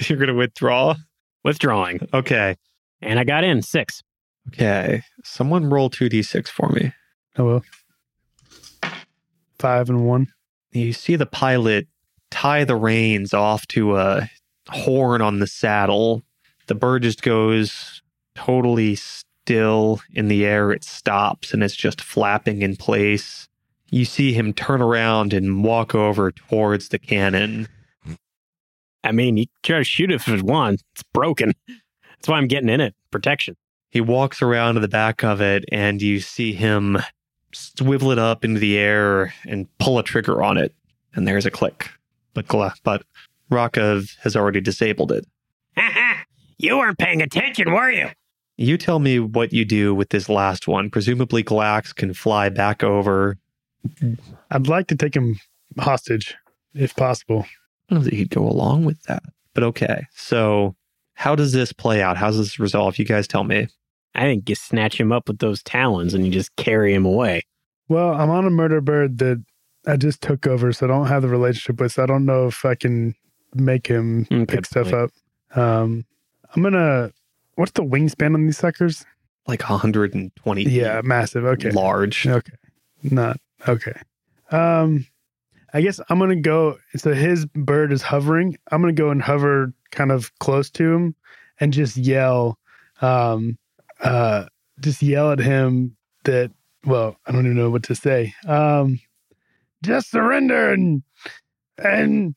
A: you're going to withdraw?
C: Withdrawing.
A: Okay.
C: And I got in six.
A: Okay. Someone roll 2d6 for me.
D: Oh, well. Five and one.
A: You see the pilot tie the reins off to a horn on the saddle. The bird just goes totally still in the air. It stops and it's just flapping in place. You see him turn around and walk over towards the cannon.
C: I mean, you try to shoot it if it's one. It's broken. That's why I'm getting in it. Protection.
A: He walks around to the back of it and you see him swivel it up into the air and pull a trigger on it. And there's a click. But, Gla- but Rakov has already disabled it.
C: you weren't paying attention, were you?
A: You tell me what you do with this last one. Presumably, Glax can fly back over.
D: I'd like to take him hostage if possible.
A: I don't know that he'd go along with that, but okay. So, how does this play out? How does this resolve? You guys tell me.
C: I think you snatch him up with those talons and you just carry him away.
D: Well, I'm on a murder bird that I just took over, so I don't have the relationship with. So I don't know if I can make him
C: Mm,
D: pick
C: good
D: stuff
C: point.
D: up. Um, I'm gonna. What's the wingspan on these suckers?
A: Like 120
D: Yeah, massive. Okay,
A: large.
D: Okay. Not okay. Um I guess I'm gonna go so his bird is hovering. I'm gonna go and hover kind of close to him and just yell, um uh just yell at him that well, I don't even know what to say. Um just surrender and and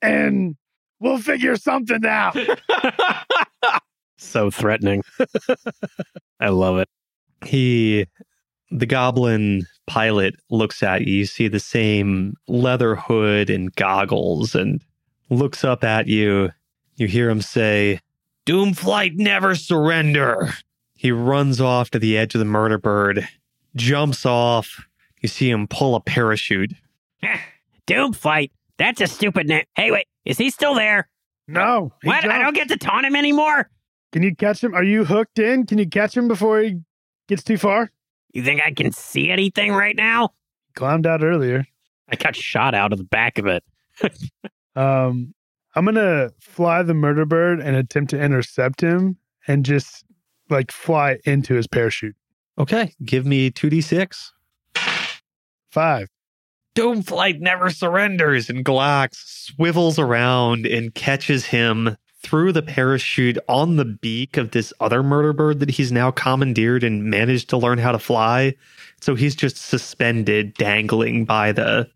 D: and we'll figure something out.
C: so threatening. I love it.
A: He, the goblin pilot, looks at you. You see the same leather hood and goggles and looks up at you. You hear him say, Doomflight never surrender. He runs off to the edge of the murder bird, jumps off. You see him pull a parachute.
G: Doomflight. That's a stupid name. Hey, wait, is he still there?
D: No. he
G: What? I
D: jumped.
G: don't get to taunt him anymore.
D: Can you catch him? Are you hooked in? Can you catch him before he gets too far?
G: You think I can see anything right now?
D: Climbed out earlier.
C: I got shot out of the back of it.
D: Um, I'm gonna fly the murder bird and attempt to intercept him and just like fly into his parachute.
A: Okay, give me 2d6.
D: Five.
A: Doomflight never surrenders, and Glax swivels around and catches him through the parachute on the beak of this other murder bird that he's now commandeered and managed to learn how to fly. So he's just suspended, dangling by the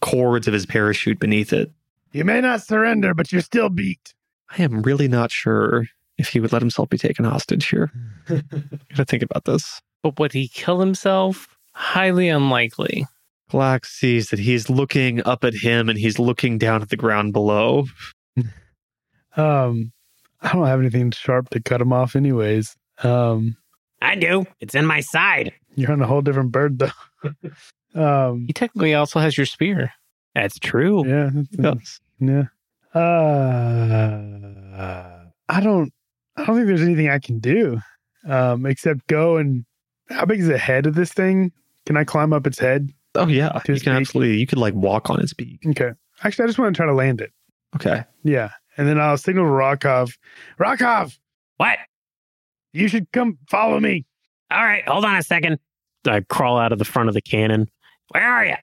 A: cords of his parachute beneath it.
D: You may not surrender, but you're still beat.
A: I am really not sure if he would let himself be taken hostage here. Gotta think about this.
E: But would he kill himself? Highly unlikely.
A: Glax sees that he's looking up at him and he's looking down at the ground below.
D: Um, I don't have anything sharp to cut him off, anyways. Um,
G: I do. It's in my side.
D: you're on a whole different bird though. um,
E: He technically also has your spear.
C: That's true.
D: yeah, that's- yeah. Uh, I don't. I don't think there's anything I can do, um, except go and. How big is the head of this thing? Can I climb up its head?
A: Oh yeah,
D: To
A: you
D: his
A: can
D: beak.
A: absolutely. You could like walk on its beak.
D: Okay. Actually, I just want to try to land it.
A: Okay.
D: Yeah. And then I'll signal to Rakov. Rakov,
G: What?
D: you should come follow me.
G: All right, hold on a second.
C: I crawl out of the front of the cannon.
G: Where are you?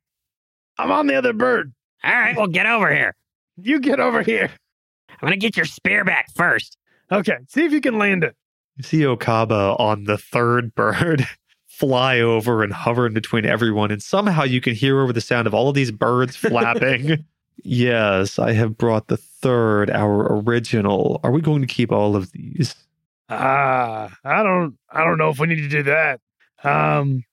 D: I'm on the other bird.
G: All right, well, get over here.
D: You get over here.
G: I'm going to get your spear back first.
D: Okay. See if you can land it.
A: You see Okaba on the third bird fly over and hover in between everyone, and somehow you can hear over the sound of all of these birds flapping. yes, I have brought the third, our original. Are we going to keep all of these?
D: Ah, I don't I don't know if we need to do that. Um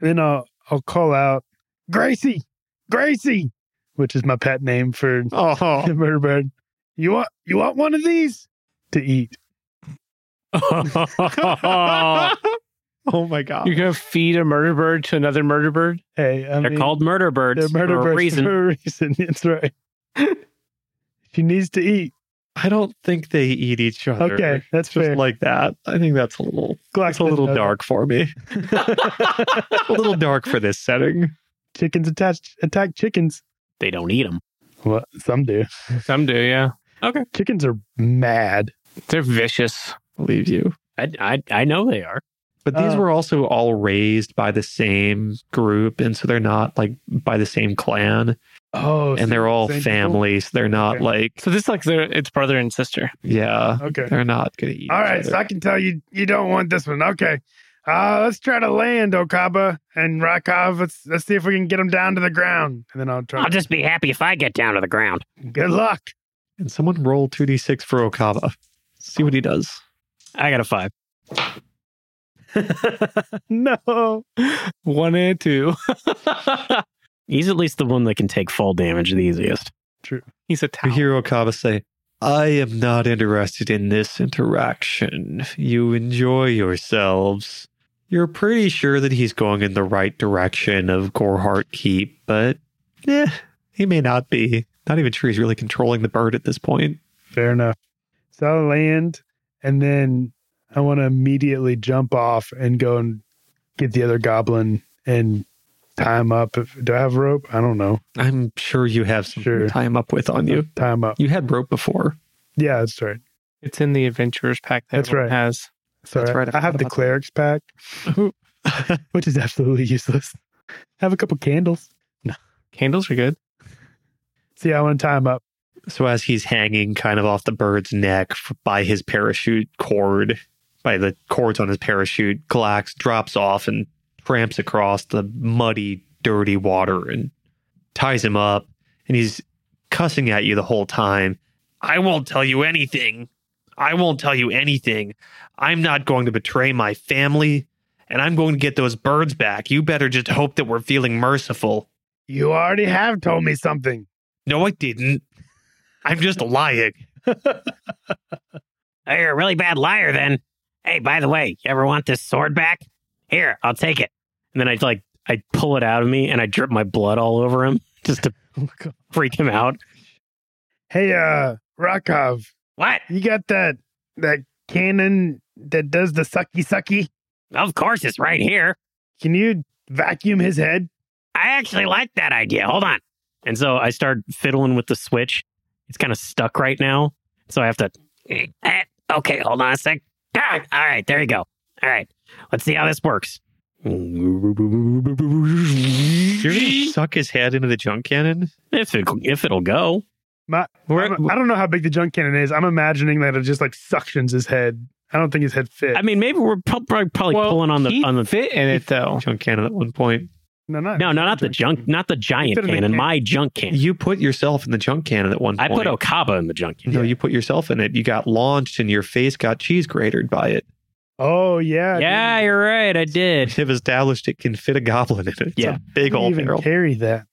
D: then I'll I'll call out Gracie. Gracie, which is my pet name for
A: Oh,
D: the murder bird. You want you want one of these to eat.
A: oh my god!
E: You're gonna feed a murder bird to another murder bird?
D: Hey, I
C: They're
D: mean,
C: called murder birds.
D: They're murder
C: for a
D: birds
C: reason.
D: for a reason. That's right. she needs to eat.
A: I don't think they eat each other.
D: Okay, that's
A: Just
D: fair.
A: like that. I think that's a little
D: Glock
A: that's a little
D: said, uh,
A: dark for me. a little dark for this setting.
D: Chickens attached attack chickens.
C: They don't eat them.
D: Well, some do.
E: Some do, yeah.
D: Chickens are mad.
E: They're vicious.
A: Believe you.
C: I, I, I know they are.
A: But these
D: Uh,
A: were also all raised by the same group, and so they're not like by the same clan,
D: Oh,
A: and they're all
D: families.
A: family. So they're not
D: Okay.
A: like,
E: So this is like their it's brother and sister.
A: yeah,
D: Okay.
A: they're not gonna eat.
D: All
A: each
D: right,
A: other.
D: so I can tell you you don't want this one. Okay. Uh, let's try to land Okaba and Rakov. Let's let's see if we can get them down to the ground, and then I'll try.
G: I'll just be happy if I get down to the ground.
D: Good luck.
A: and someone roll two d six for Okava. See what he does.
C: I got a five.
E: No. One and two.
C: He's at least the one that can take fall damage the easiest.
E: He's a
A: You
E: towel.
A: hear Okava say, "I am not interested in this interaction. You enjoy yourselves." You're pretty sure that he's going in the right direction of Gorhart Keep, but eh, he may not be. Not even sure he's really controlling the bird at this point.
D: Fair enough. So I'll land, and then I want to immediately jump off and go and get the other goblin and tie him up. If, do I have rope? I don't know.
H: I'm sure you have some
D: Sure.
H: tie him up with on you.
D: Tie him up.
H: You had rope before.
D: Yeah, that's right.
E: It's in the adventurers pack. That
D: That's
E: everyone
D: right.
E: Has
D: That's, all
H: That's
D: right.
H: right, I
D: I have
H: forgot
D: the
H: about that.
D: cleric's pack, which is absolutely useless. Have a couple candles.
E: candles are good.
D: See, I want to tie him up.
A: So as he's hanging kind of off the bird's neck f- by his parachute cord, by the cords on his parachute, Glax drops off and tramps across the muddy, dirty water and ties him up. And he's cussing at you the whole time. I won't tell you anything. I won't tell you anything. I'm not going to betray my family, and I'm going to get those birds back. You better just hope that we're feeling merciful.
D: You already have told me something.
A: No, I didn't. I'm just lying.
G: Oh, you're a really bad liar then. Hey, by the way, you ever want this sword back? Here, I'll take it.
C: And then I like I pull it out of me and I drip my blood all over him just to freak him out.
D: Hey, uh, Rakov,
G: What?
D: you got that that cannon that does the sucky sucky?
G: Of course, it's right here.
D: Can you vacuum his head?
G: I actually like that idea. Hold on.
C: And so I start fiddling with the switch. It's kind of stuck right now. So I have to
G: Eh, Okay, hold on a sec. Ah, all right, there you go. All right, let's see how this works.
A: You're gonna suck his head into the junk cannon.
C: if it if it'll go.
D: My,
C: We're-
D: I'm- I don't know how big the junk cannon is. I'm imagining that it just like suctions his head. I don't think his head fits.
C: I mean, maybe we're prob- probably, probably
E: Well,
C: pulling on the
E: he
C: on the
E: fit in it though.
A: Junk cannon at one point.
D: no, not
C: no, no, not the junk, not the giant
D: Fit in the
C: cannon,
D: can-
C: my junk cannon.
A: You put yourself in the junk cannon at one
C: I
A: point.
C: put Okaba in the junk cannon.
A: No, you put yourself in it. You got launched and your face got cheese grated by it.
D: Oh yeah. I
C: Yeah, you're right. I did.
A: They've established it can fit a goblin in it. It's
C: Yeah.
A: a big
D: didn't
A: old
D: even
A: barrel.
D: carry that.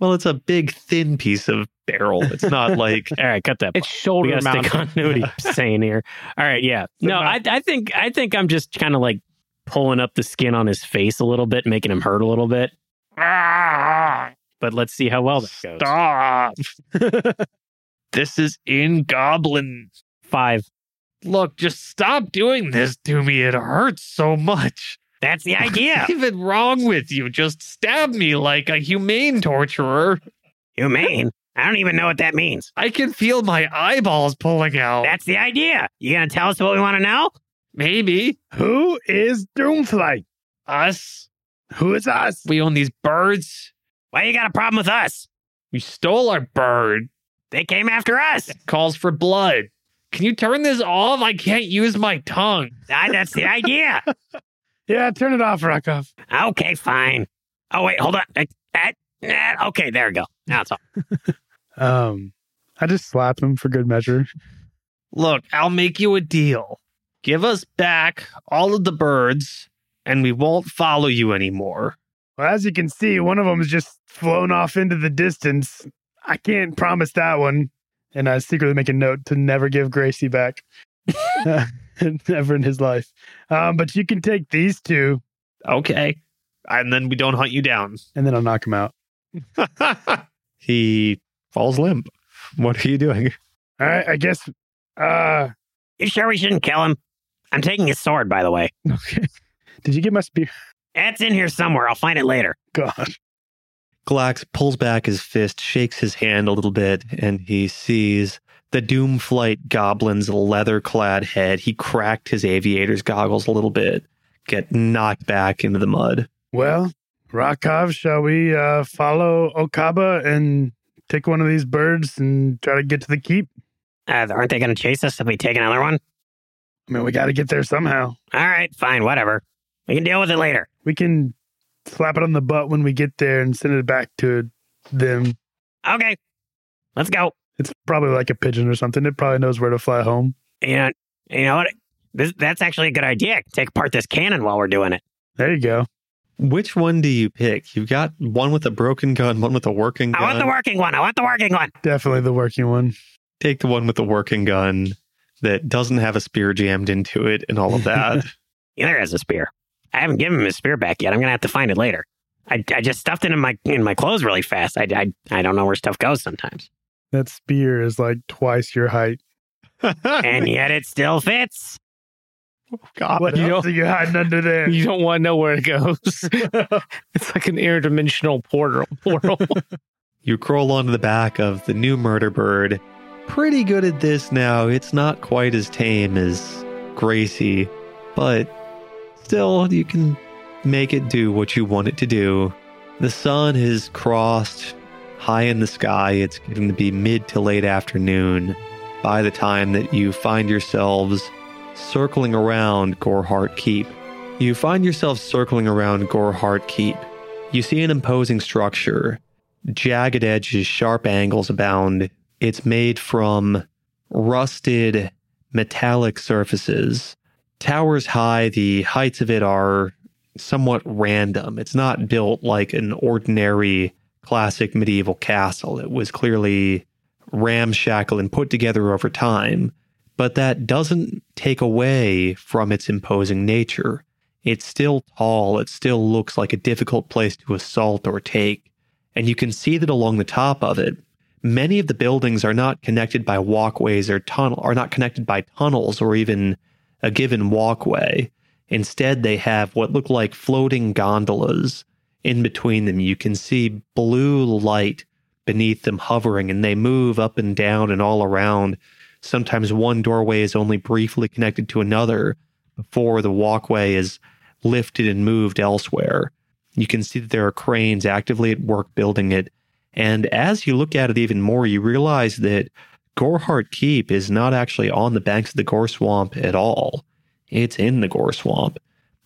A: Well, it's a big thin piece of barrel. It's not like
C: All right, cut that.
E: It's shoulder
C: we got to stay
E: mounted.
C: continuity saying here. All right, yeah. No, I, I think I think I'm just kind of like pulling up the skin on his face a little bit, making him hurt a little bit. But let's see how well that goes.
A: stop. this is in goblin.
C: Five.
A: Look, just stop doing this to me. It hurts so much.
G: That's the idea.
A: even wrong with you? Just stab me like a humane torturer.
G: Humane. I don't even know what that means.
A: I can feel my eyeballs pulling
E: Oh.
A: out.
G: That's the idea. You gonna tell us what we want to know?
A: Maybe
D: Who is Doomfly?
A: us.
D: Who is us?
A: We own these birds.
G: Why you got a problem with us?
A: You stole our bird.
G: They came after us.
A: Calls for blood. Can you turn this off? I can't use my tongue.
G: Ah, that's the idea.
D: Yeah, turn it off, Rakov.
G: Okay, fine. Oh wait, hold on. Eh, eh, eh, okay, there we go. Now it's all.
D: Um, I just slap him for good measure.
A: Look, I'll make you a deal. Give us back all of the birds, and we won't follow you anymore.
D: Well, as you can see, one of them is just flown off into the distance. I can't promise that one. And I secretly make a note to never give Gracie back. never in his life. Um, but you can take these two,
A: Okay. And then we don't hunt you down.
D: and then I'll knock him out.
A: he falls limp. What are you doing?
D: All right, I guess. Uh,
G: You sure we shouldn't kill him? I'm taking his sword, by the way.
D: okay. Did you get my spear?
G: That's in here somewhere. I'll find it later.
D: God.
A: Glax pulls back his fist, shakes his hand a little bit, and he sees the Doomflight goblin's leather clad head. He cracked his aviator's goggles a little bit, get knocked back into the mud.
D: Well, Rakov, shall we uh, follow Okaba and take one of these birds and try to get to the keep?
G: Uh, aren't they going to chase us if we take another one?
D: I mean, we got to get there somehow.
G: All right, fine, whatever. We can deal with it later.
D: We can slap it on the butt when we get there and send it back to them.
G: Okay, let's go.
D: It's probably like a pigeon or something. It probably knows where to fly home.
G: You know, you know what? This, that's actually a good idea. Take apart this cannon while we're doing it.
D: There you go.
A: Which one do you pick? You've got one with a broken gun, one with a working gun.
G: I want the working one. I want the working one.
D: Definitely the working one.
A: Take the one with the working gun that doesn't have a spear jammed into it and all of that.
G: Yeah, there is a spear. I haven't given him his spear back yet. I'm gonna have to find it later. I, I just stuffed it in my in my clothes really fast. I, I I don't know where stuff goes sometimes,
D: That spear is like twice your height.
G: and yet it still fits.
I: God.
D: What
E: You
D: else are you hiding under there?
E: You don't want to know where it goes. it's like an interdimensional portal. portal.
G: You crawl onto the back of the new murder bird. Pretty good at this now. It's not quite as tame as Gracie, but still, you can make it do what you want it to do. The sun has crossed high in the sky. It's getting to be mid to late afternoon by the time that you find yourselves circling around Gorhart Keep. You find yourself circling around Gorhart Keep. You see an imposing structure jagged edges, sharp angles abound. It's made from rusted metallic surfaces. Towers high, the heights of it are somewhat random. It's not built like an ordinary classic medieval castle. It was clearly ramshackle and put together over time, but that doesn't take away from its imposing nature. It's still tall, it still looks like a difficult place to assault or take and you can see that along the top of it, many of the buildings are not connected by walkways or tunnel are not connected by tunnels or even a given walkway. Instead, they have what look like floating gondolas in between them. You can see blue light beneath them hovering, and they move up and down and all around. Sometimes one doorway is only briefly connected to another before the walkway is lifted and moved elsewhere. You can see that there are cranes actively at work building it. And as you look at it even more, you realize that Gorhart Keep is not actually on the banks of the Gore Swamp at all. It's in the Gore Swamp.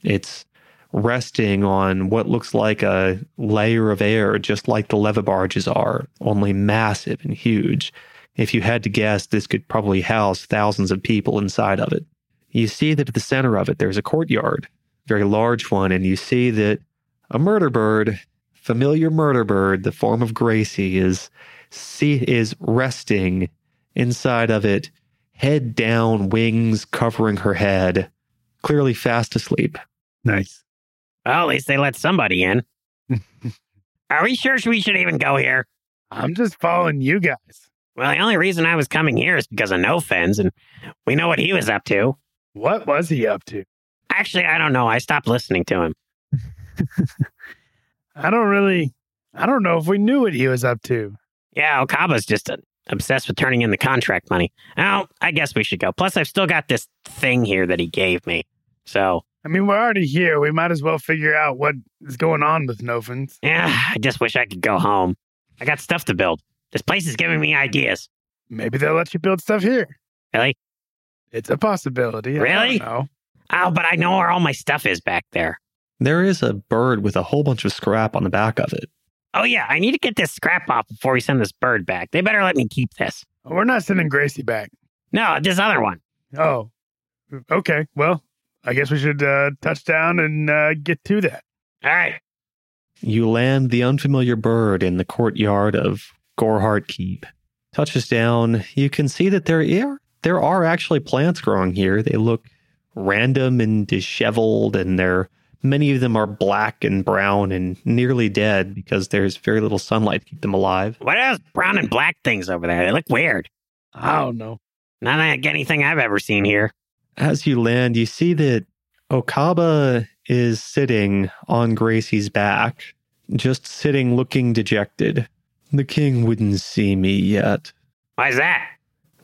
G: It's resting on what looks like a layer of air, just like the leva barges are, only massive and huge. If you had to guess, this could probably house thousands of people inside of it. You see that at the center of it, there's a courtyard, very large one, and you see that a murder bird, familiar murder bird, the form of Gracie is see is resting inside of it, head down, wings covering her head, clearly fast asleep.
D: Nice.
C: Well, at least they let somebody in. Are we sure we should even go here?
D: I'm just following you guys.
C: Well, the only reason I was coming here is because of No Fins, and we know what he was up to.
D: What was he up to?
C: Actually, I don't know. I stopped listening to him.
D: I don't really. I don't know if we knew what he was up to.
C: Yeah, Okaba's just uh, obsessed with turning in the contract money. Oh, I guess we should go. Plus, I've still got this thing here that he gave me. So,
D: I mean, we're already here. We might as well figure out what is going on with Nofins.
C: yeah, I just wish I could go home. I got stuff to build. This place is giving me ideas.
D: Maybe they'll let you build stuff here.
C: Really?
D: It's a possibility.
C: Really?
D: No.
C: Oh, but I know where all my stuff is back there.
G: There is a bird with a whole bunch of scrap on the back of it.
C: Oh, yeah, I need to get this scrap off before we send this bird back. They better let me keep this.
D: We're not sending Gracie back.
C: No, this other one.
D: Oh. Okay. Well, I guess we should uh, touch down and uh, get to that.
C: All right.
G: You land the unfamiliar bird in the courtyard of Gorhart Keep. Touches down. You can see that there are there are actually plants growing here. They look random and disheveled, and they're many of them are black and brown and nearly dead because there's very little sunlight to keep them alive.
C: What are those brown and black things over there? They look weird.
D: I don't know.
C: Not like anything I've ever seen here.
G: As you land, you see that Okaba is sitting on Gracie's back, just sitting looking dejected. The king wouldn't see me yet.
C: Why's that?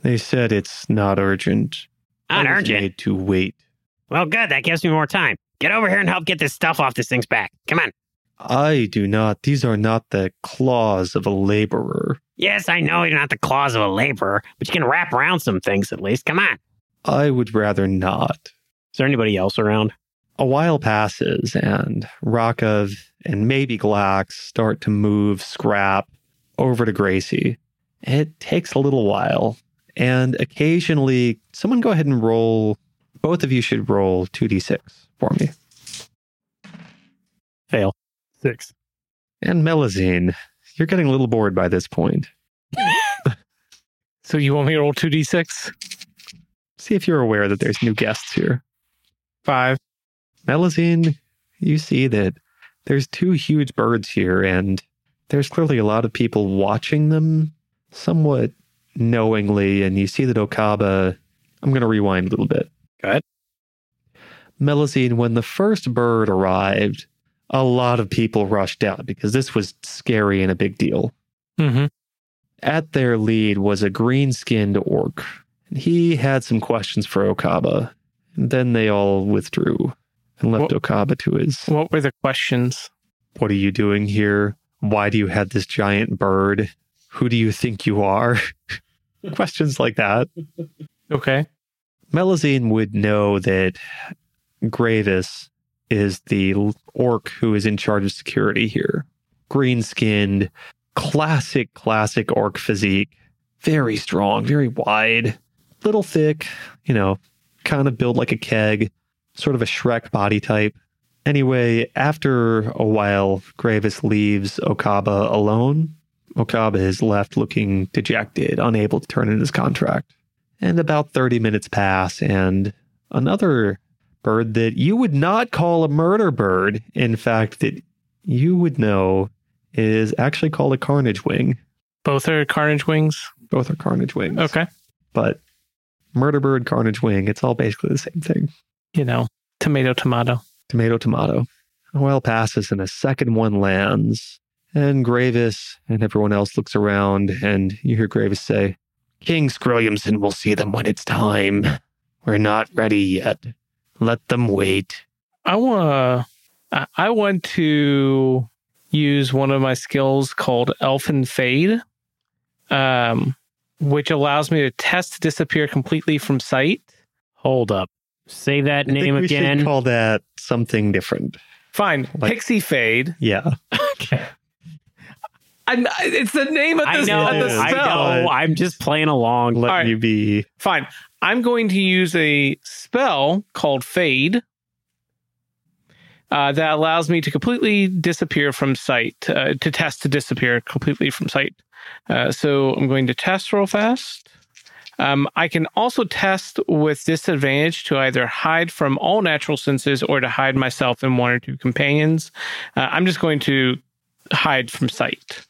G: They said it's not urgent.
C: Not
G: I was
C: urgent.
G: Made to wait.
C: Well, good. That gives me more time. Get over here and help get this stuff off this thing's back. Come on.
G: I do not. These are not the claws of a laborer.
C: Yes, I know you're not the claws of a laborer, but you can wrap around some things at least. Come on.
G: I would rather not.
J: Is there anybody else around?
G: A while passes, and Rakov and maybe Glax start to move scrap over to Gracie. It takes a little while, and occasionally, someone go ahead and roll. Both of you should roll 2d6 for me.
D: Six.
G: And Melazine, you're getting a little bored by this point.
E: So you want me to roll 2d6?
G: See if you're aware that there's new guests here.
E: Five.
G: Melazine, you see that there's two huge birds here, and there's clearly a lot of people watching them somewhat knowingly. And you see that Okaba, I'm going to rewind a little bit.
J: Go ahead.
A: Melusine, when the first bird arrived, a lot of people rushed out because this was scary and a big deal.
E: Mm-hmm.
A: At their lead was a green skinned orc. He had some questions for Okaba. Then they all withdrew and left Okaba to his
E: What were the questions?
A: What are you doing here? Why do you have this giant bird? Who do you think you are? questions like that.
E: Okay.
A: Melazine would know that Gravis is the l- orc who is in charge of security here. Green skinned, classic, classic orc physique. Very strong, very wide, little thick, you know, kind of built like a keg, sort of a Shrek body type. Anyway, after a while, Gravis leaves Okaba alone. Okaba is left looking dejected, unable to turn in his contract. And about 30 minutes pass, and another bird that you would not call a murder bird, in fact, that you would know is actually called a carnage wing.
E: Both are carnage wings.
A: Both are carnage wings.
E: Okay.
A: But murder bird, carnage wing, it's all basically the same thing.
E: You know, tomato, tomato.
A: Tomato, tomato. A while passes, and a second one lands. And Gravis and everyone else looks around, and you hear Gravis say, King Scrollumson will see them when it's time. We're not ready yet. Let them wait.
E: I want to. I want to use one of my skills called Elfin Fade, um, which allows me to test to disappear completely from sight.
C: Hold up. Say that
A: I
C: name
A: think we should
C: again.
A: call that something different.
E: Fine,
A: Like-
E: Pixie Fade.
A: Yeah.
E: I'm, it's the name of
C: I
E: this,
C: know.
E: of the
C: I
E: spell.
C: know. I'm just playing along.
A: Let
E: right.
A: you be.
E: Fine. I'm going to use a spell called Fade uh, that allows me to completely disappear from sight, uh, to test to disappear completely from sight. Uh, so I'm going to test real fast. Um, I can also test with disadvantage to either hide from all natural senses or to hide myself and one or two companions. Uh, I'm just going to hide from sight.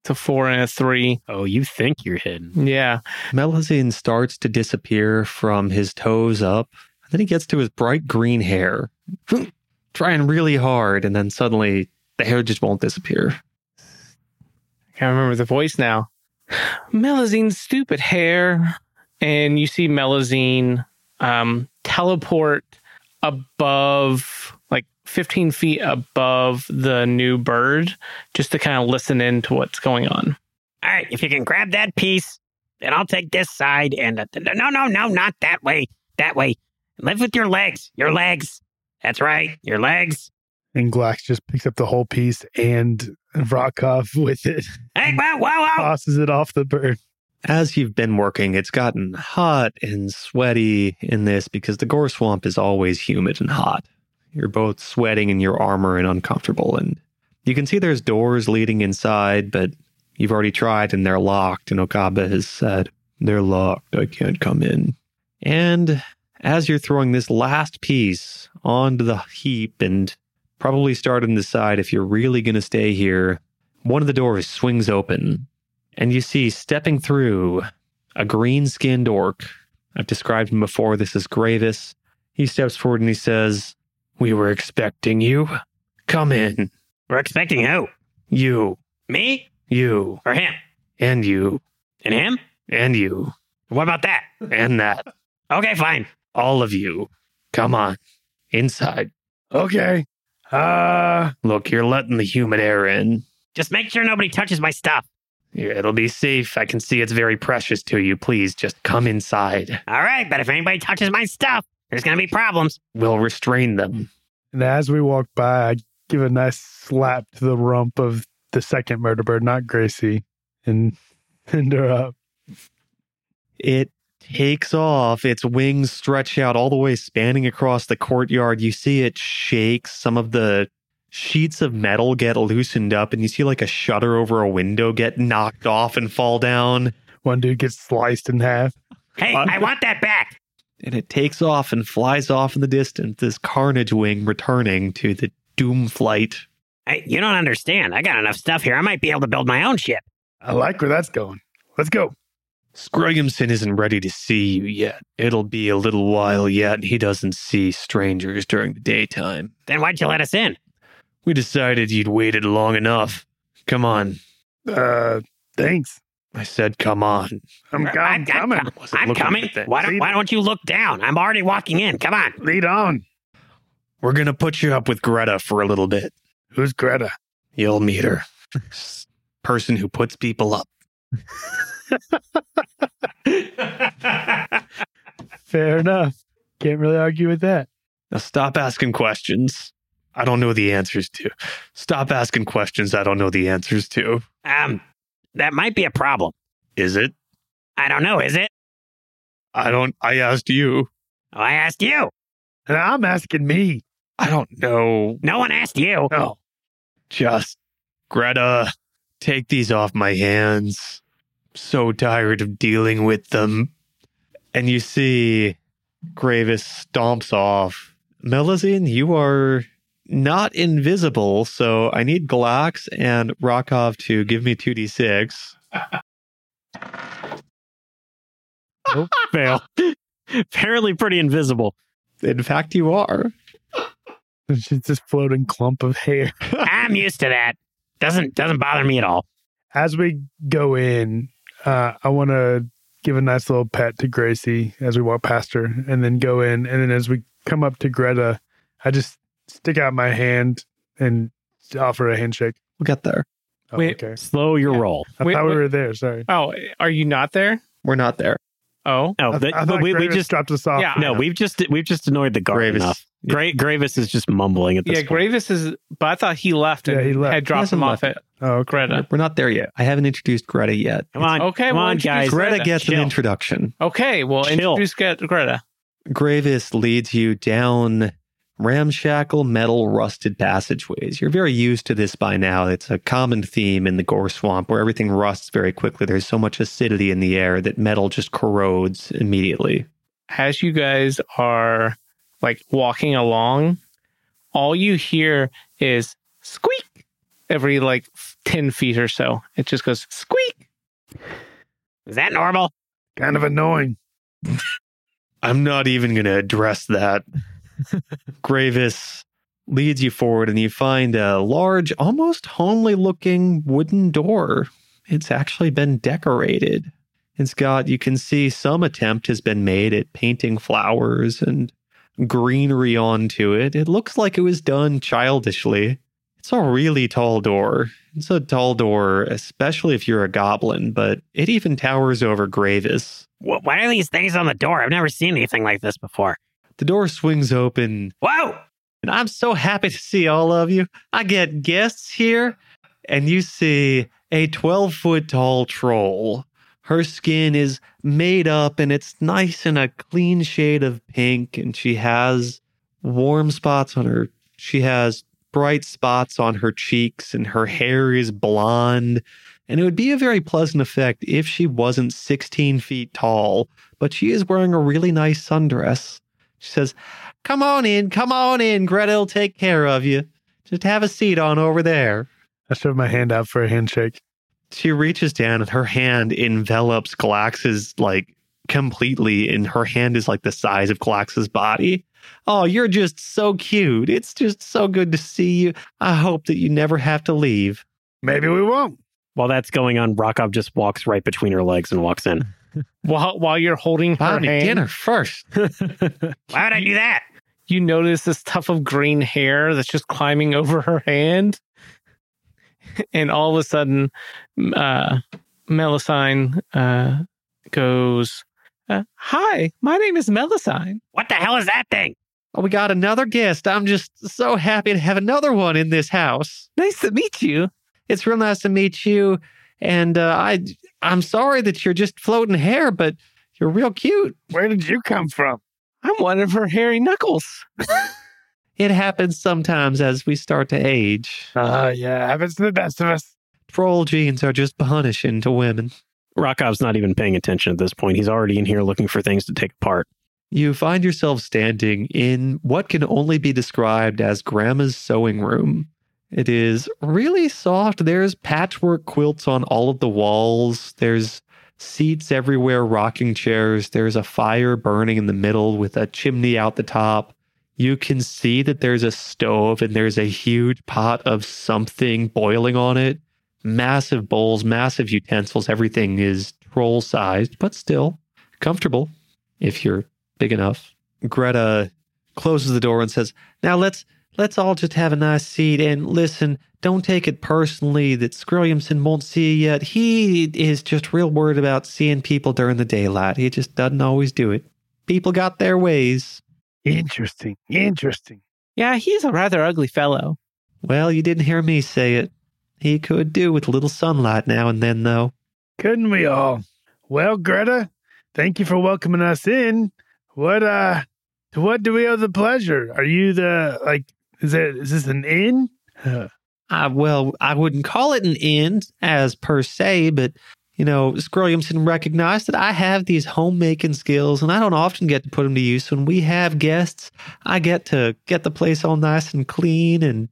E: It's a four and a three.
C: Oh, you think you're hidden.
E: Yeah.
A: Melazine starts to disappear from his toes up. And then he gets to his bright green hair, trying really hard. And then suddenly the hair just won't disappear.
E: can't remember the voice now. Melazine's stupid hair. And you see Melazine um, teleport above, like 15 feet above the new bird, just to kind of listen in to what's going on.
G: All right, if you can grab that piece, then I'll take this side. And uh, no, no, no, not that way. That way. Live with your legs. Your legs. That's right. Your legs.
D: And Glax just picks up the whole piece and Rockoff with it,
G: Hey, whoa, whoa, whoa.
D: tosses it off the bird.
A: As you've been working, it's gotten hot and sweaty in this because the gore swamp is always humid and hot. You're both sweating in your armor and uncomfortable. And you can see there's doors leading inside, but you've already tried and they're locked. And Okaba has said, They're locked. I can't come in. And as you're throwing this last piece onto the heap and probably starting to decide if you're really going to stay here, one of the doors swings open and you see stepping through a green skinned orc. I've described him before. This is Gravis. He steps forward and he says, We were expecting you. Come in.
G: We're expecting who?
A: You,
G: Me
A: you,
G: or him?
A: and you,
G: And him?
A: and you,
G: What about that?
A: and that.
G: Okay, fine.
A: All of you. Come on. Inside.
D: Okay. Uh,
A: Look, you're letting the humid air in.
G: Just make sure nobody touches my stuff.
A: It'll be safe. I can see it's very precious to you. Please just come inside.
G: All right, but if anybody touches my stuff, there's going to be problems.
A: We'll restrain them.
D: and as we walk by, I give a nice slap to the rump of the second murder bird, not Gracie, and send her up.
A: It takes off. Its wings stretch out all the way, spanning across the courtyard. You see it shakes. Some of the sheets of metal get loosened up, and you see like a shutter over a window get knocked off and fall down.
D: One dude gets sliced in half.
G: Hey,
A: What?
G: I want that back.
A: And it takes off and flies off in the distance, this carnage wing returning to the doom flight.
G: I, you don't understand. I got enough stuff here. I might be able to build my own ship.
D: I like where that's going. Let's go.
G: Scrugginson isn't ready to see you yet. It'll be a little while yet, and he doesn't see strangers during the daytime.
C: Then why'd you let us in?
G: We decided you'd waited long enough. Come on.
D: Uh, thanks.
G: I said, come on.
D: I'm,
C: I-
D: I'm
C: I-
D: coming.
G: Wasn't
C: I'm
G: looking for
C: coming.
G: things.
C: Why don't, why don't you look down? I'm already walking in. Come on.
D: Lead on.
G: We're going to put you up with Greta for a little bit.
D: Who's Greta?
G: You'll meet her. Person who puts people up.
D: Fair enough. Can't really argue with that.
G: Now stop asking questions. I don't know the answers to. Stop asking questions I don't know the answers to.
C: Um, that might be a problem.
G: Is it?
C: I don't know. Is it?
G: I don't. I asked you.
C: Oh, I asked you.
D: And I'm asking me.
G: I don't know.
C: No one asked you.
D: No.
G: Just Greta, take these off my hands. So tired of dealing with them. And you see, Gravis stomps off. Melazine, you are not invisible, so I need Glax and Rokov to give me two d six.
K: Fail. Apparently pretty invisible.
G: In fact, you are.
D: It's just this floating clump of hair.
C: I'm used to that. Doesn't doesn't bother me at all.
D: As we go in, uh, I want to give a nice little pet to Gracie as we walk past her and then go in. And then as we come up to Greta, I just stick out my hand and offer a handshake.
G: We'll get there.
D: Oh,
E: Wait.
D: okay.
K: Slow your
E: Yeah.
K: roll.
D: I
E: Wait,
D: thought we
E: wait.
D: were there. Sorry.
E: Oh, are you not there?
G: We're not there.
E: Oh,
K: Oh,
D: I,
K: that-
D: I
K: but
D: thought
K: we, we
D: Gravis
K: just
D: dropped us off.
E: Yeah.
K: no, we've just we've just annoyed the guard
G: Gravis.
K: enough. Great Gravis is just mumbling at this
E: yeah.
K: point.
E: Gravis is, but I thought he left and
D: Yeah, he left.
E: had dropped
G: hasn't
E: him off
G: left.
E: at
D: Oh, okay.
E: Greta.
G: We're not there yet. I haven't introduced Greta yet.
K: Come on,
E: Okay,
K: come
E: well,
K: on,
E: introduce
K: guys.
E: Greta.
G: Greta gets an
K: chill.
G: introduction.
E: Okay, well,
K: Chill.
E: introduce Gre- Greta.
G: Gravis leads you down ramshackle, metal, rusted passageways. You're very used to this by now. It's a common theme in the Gore Swamp where everything rusts very quickly. There's so much acidity in the air that metal just corrodes immediately.
E: As you guys are like walking along, all you hear is squeak every like f- 10 feet or so. It just goes squeak.
C: Is that normal?
D: Kind of annoying.
G: I'm not even going to address that. Gravis leads you forward, and you find a large, almost homely looking wooden door. It's actually been decorated. It's got, you can see some attempt has been made at painting flowers and greenery onto it. It looks like it was done childishly. It's a really tall door. It's a tall door, especially if you're a goblin, but it even towers over Gravis.
C: Wh- Why are these things on the door? I've never seen anything like this before.
G: The door swings open
C: Whoa!
G: And I'm so happy to see all of you. I get guests here, and you see a 12 foot tall troll. Her skin is made up and it's nice in a clean shade of pink, and she has warm spots on her. She has bright spots on her cheeks, and her hair is blonde. And it would be a very pleasant effect if she wasn't 16 feet tall, but she is wearing a really nice sundress. She says, Come on in, come on in. Greta'll take care of you. Just have a seat on over there.
D: I shoved my hand out for a handshake.
G: She reaches down and her hand envelops Galax's like completely, and her hand is like the size of Galax's body. Oh, you're just so cute. It's just so good to see you. I hope that you never have to leave.
D: Maybe we won't.
K: While that's going on, Rokov just walks right between her legs and walks in.
E: While, while you're holding her
G: Buy me
E: hand,
G: dinner first.
C: Why would I do that?
E: you notice this tuft of green hair that's just climbing over her hand. And all of a sudden, uh, Melusine uh, goes, uh, Hi, my name is Melusine.
C: What the hell is that thing?
G: Oh, we got another guest. I'm just so happy to have another one in this house.
E: Nice to meet you.
G: it's real nice to meet you. And uh, I, I'm sorry that you're just floating hair, but you're real cute.
D: Where did you come from?
E: I'm one of her hairy knuckles.
G: It happens sometimes as we start to age.
D: Uh, yeah, happens to the best of us.
G: Troll genes are just punishing to women.
K: Rokov's not even paying attention at this point. He's already in here looking for things to take apart.
G: You find yourself standing in what can only be described as grandma's sewing room. It is really soft. There's patchwork quilts on all of the walls. There's Seats everywhere, rocking chairs. There's a fire burning in the middle with a chimney out the top. You can see that there's a stove and there's a huge pot of something boiling on it. Massive bowls, massive utensils. Everything is troll sized, but still comfortable if you're big enough. Greta closes the door and says, "Now let's let's all just have a nice seat and listen. Don't take it personally that Scrilliamson won't see you yet. He is just real worried about seeing people during the daylight. He just doesn't always do it. People got their ways.
D: Interesting. Interesting.
E: Yeah, he's a rather ugly fellow.
G: Well, you didn't hear me say it. He could do with a little sunlight now and then, though.
D: Couldn't we all? Well, Greta, thank you for welcoming us in. What uh to what do we owe the pleasure? Are you the like is it is this an inn? Huh.
G: I, well, I wouldn't call it an end as per se, but you know, Scrolliamson recognized that I have these homemaking skills and I don't often get to put them to use. When we have guests, I get to get the place all nice and clean and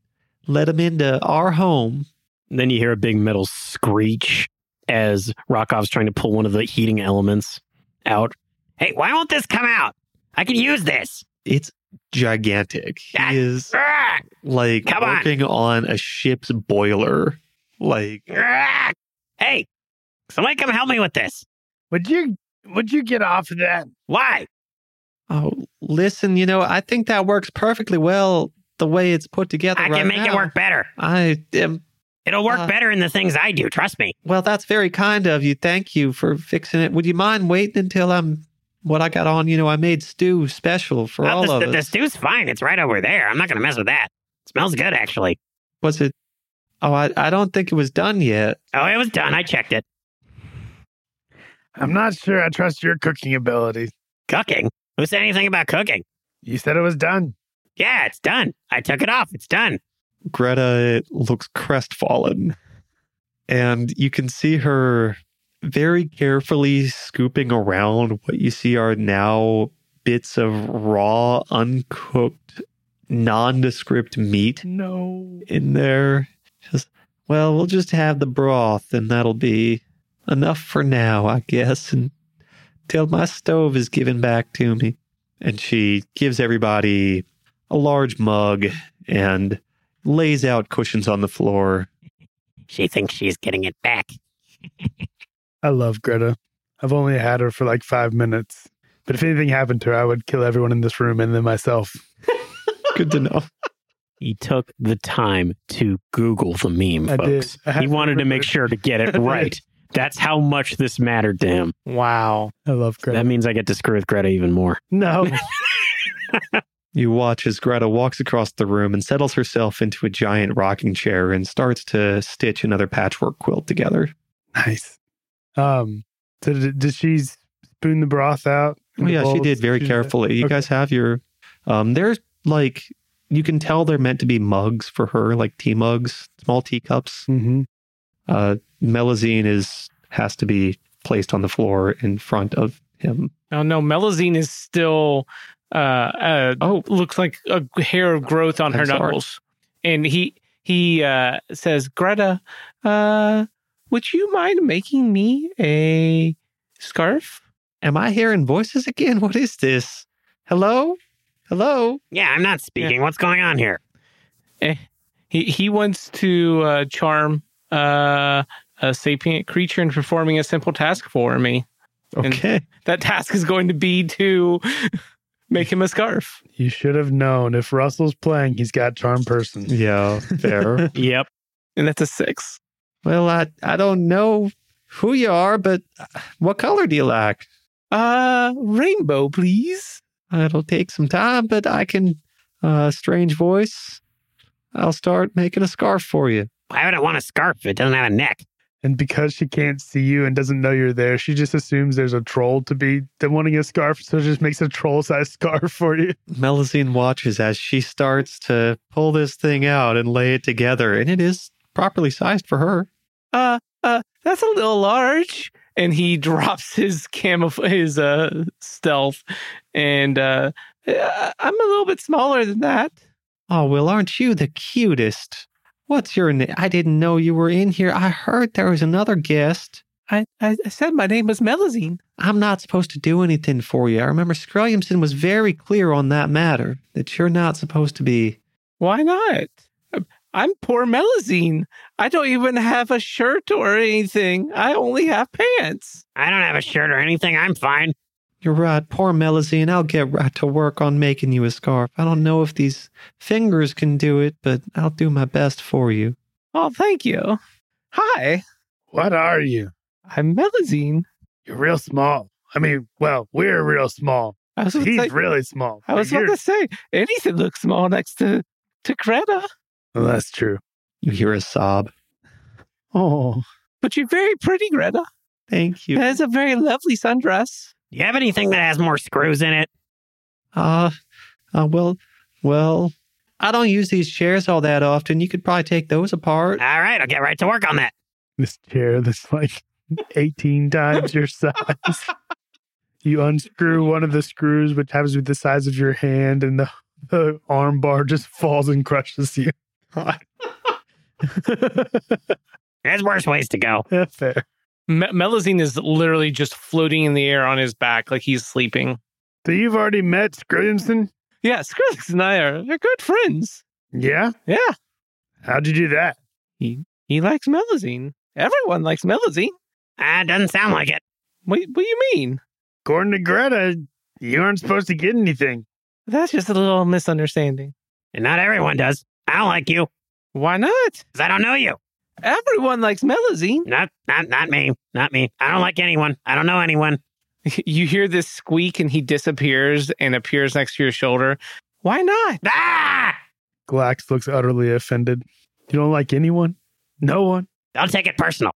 G: let them into our home.
L: Then you hear a big metal screech as Rokov's trying to pull one of the heating elements out.
C: Hey, why won't this come out? I can use this.
G: It's gigantic.
C: Ah.
G: He is
C: Ah,
G: like
C: Come on.
G: working on a ship's boiler. Like,
C: ah. Hey, somebody come help me with this.
D: Would you would you get off of that?
C: Why?
G: oh, listen, you know, I think that works perfectly well the way it's put together.
C: I
G: right
C: can make it
G: now.
C: work better.
G: I am
C: It'll work
G: Uh,
C: better in the things I do. Trust me.
G: Well, that's very kind of you. Thank you for fixing it. Would you mind waiting until I'm what I got on? You know, I made stew special for
C: Oh,
G: all
C: the,
G: of
C: the, the
G: us.
C: stew's fine. It's right over there. I'm not going to mess with that. smells good, actually.
G: Was it? Oh, I, I don't think it was done yet.
C: Oh, it was done. I checked it.
D: I'm not sure I trust your cooking ability.
C: Cooking? Who said anything about cooking?
D: You said it was done.
C: Yeah, it's done. I took it off. It's done.
G: Greta looks crestfallen, and you can see her very carefully scooping around what you see are now bits of raw, uncooked, nondescript meat.
D: No.
G: in there. Just, well, we'll just have the broth and that'll be enough for now, I guess, and till my stove is given back to me. And she gives everybody a large mug and lays out cushions on the floor.
C: She thinks she's getting it back.
D: I love Greta. I've only had her for like five minutes. But if anything happened to her, I would kill everyone in this room and then myself.
G: Good to know.
L: He took the time to Google the meme,
D: I did.
L: folks.
D: I had
L: He
D: to
L: wanted to
D: remember.
L: make sure to get
D: I
L: it
D: did.
L: right. That's how much this mattered to him.
E: Wow.
D: I love Greta.
L: That means I get to screw with Greta even more.
D: no.
G: You watch as Greta walks across the room and settles herself into a giant rocking chair and starts to stitch another patchwork quilt together.
D: nice. Um. So did, did she spoon the broth out? in
G: Oh,
D: the
G: yeah, she
D: bowls?
G: did very carefully. You
D: Okay.
G: guys have your um they're like you can tell they're meant to be mugs for her, like tea mugs, small teacups.
D: Mhm.
G: Uh Melazine is has to be placed on the floor in front of him.
E: Oh no, Melazine is still uh, uh
G: Oh.
E: looks like a g- hair of growth on
G: I'm
E: her
G: sorry.
E: knuckles. And he he uh says, Greta, uh would you mind making me a scarf?
G: Am I hearing voices again? What is this? Hello? Hello?
C: Yeah, I'm not speaking. What's going on here?
E: He he wants to uh charm uh a sapient creature and performing a simple task for me. And-
G: Okay.
E: That task is going to be to make him a scarf.
D: You should have known if Russell's playing, he's got charm person.
G: yeah, fair.
L: Yep.
E: And that's a six.
G: well, I I don't know who you are, but uh, what color do you like?
E: Uh rainbow, please.
G: It'll take some time, but I can. Uh, strange voice. I'll start making a scarf for you.
C: Why would I want a scarf if it doesn't have a neck?
D: And because she can't see you and doesn't know you're there, she just assumes there's a troll to be that wanting a scarf, so just makes a troll sized scarf for you.
G: Melusine watches as she starts to pull this thing out and lay it together, and it is properly sized for her.
E: uh, uh, that's a little large. And he drops his camouflage, his uh, stealth, and uh, uh, I'm a little bit smaller than that.
G: Oh, well, aren't you the cutest? What's your name? I didn't know you were in here. I heard there was another guest.
E: I, I I said my name was Melazine.
G: I'm not supposed to do anything for you. I remember Screlliumson was very clear on that matter that you're not supposed to be.
E: Why not? I'm poor Melazine. I don't even have a shirt or anything. I only have pants.
C: I don't have a shirt or anything. I'm fine.
G: You're right, poor Melazine. I'll get right to work on making you a scarf. I don't know if these fingers can do it, but I'll do my best for you.
E: Oh, thank you. Hi,
D: What are you?
E: I'm Melazine.
D: You're real small. I mean, well, we're real small.
E: I was about to
D: He's
E: say-
D: really small.
E: I was
D: But
E: about
D: you're-
E: to say anything looks small next to to Greta,
D: Well, that's true.
G: You hear a sob.
D: Oh,
E: but you're very pretty, Greta.
G: Thank you.
E: That is a very lovely sundress.
C: Do you have anything that has more screws in it?
G: Uh, uh, well, well, I don't use these chairs all that often. You could probably take those apart.
C: All right, I'll get right to work on that.
D: this chair that's like 18 times your size. You unscrew one of the screws, which happens to be the size of your hand, and the, the arm bar just falls and crushes you.
C: There's worse ways to go.
D: Fair.
E: Me- Melazine is literally just floating in the air on his back, like he's sleeping.
D: So you've already met Scrimson?
E: Yeah, Skrillex and I are they're good friends.
D: Yeah.
E: Yeah,
D: How'd you do that?
E: he likes Melazine. Everyone likes Melazine.
C: Ah, doesn't sound like it.
E: What, what do you mean?
D: According to Greta, you aren't supposed to get anything.
E: That's just a little misunderstanding.
C: And not everyone does. I don't like you
E: Why not?
C: because I don't know you.
E: Everyone likes Melazine.
C: Not, not, not me. Not me. I don't like anyone. I don't know anyone.
E: You hear this squeak and he disappears and appears next to your shoulder. Why not?
C: Ah!
D: Glax looks utterly offended. You don't like anyone? No one.
C: Don't take it personal.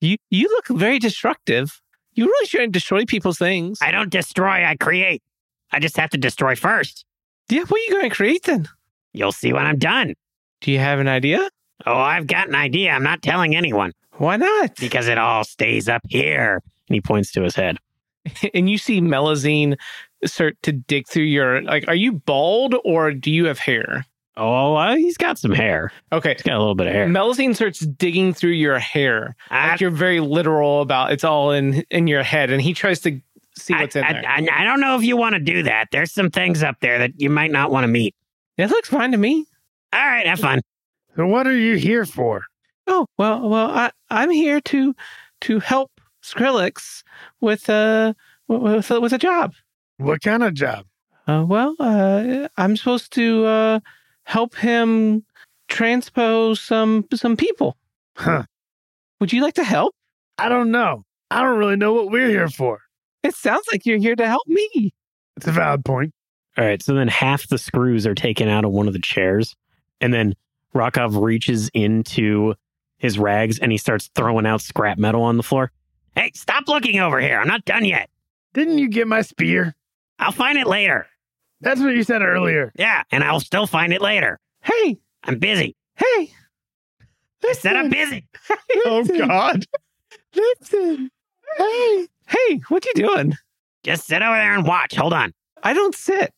E: You you look very destructive. You really shouldn't destroy people's things.
C: I don't destroy. I create. I just have to destroy first.
E: yeah, what are you going to create then?
C: You'll see when I'm done.
E: Do you have an idea?
C: Oh, I've got an idea. I'm not telling anyone
E: Why not?
C: because it all stays up here. And he points to his head.
E: and you see Melazine start to dig through your like. Are you bald or do you have hair?
C: Oh, uh, he's got some hair.
E: Okay.
C: He's got a little bit of hair.
E: Melazine starts digging through your hair.
C: I-
E: Like you're very literal about it's all in in your head, and he tries to see
C: I-
E: what's in
C: I,
E: there.
C: I, I don't know if you want to do that. There's some things up there that you might not want to meet.
E: That looks fine to me.
C: All right, have fun.
D: So what are you here for?
E: Oh well, well I I'm here to to help Skrillex with uh wi- with a, with a job.
D: What kind of job?
E: Uh, well, uh, I'm supposed to uh, help him transpose some some people.
D: Huh.
E: Would you like to help?
D: I don't know. I don't really know what we're here for.
E: It sounds like you're here to help me.
D: It's a valid point.
M: All right, so then half the screws are taken out of one of the chairs, and then Rokov reaches into his rags and he starts throwing out scrap metal on the floor.
C: Hey, stop looking over here. I'm not done yet.
D: Didn't you get my spear?
C: I'll find it later.
D: That's what you said earlier.
C: Yeah, and I'll still find it later.
E: Hey,
C: I'm busy.
E: hey.
C: I said I'm busy.
D: Oh
E: Listen,
D: God!
E: Listen. Hey, hey, what you doing?
C: Just sit over there and watch. Hold on.
E: I don't sit.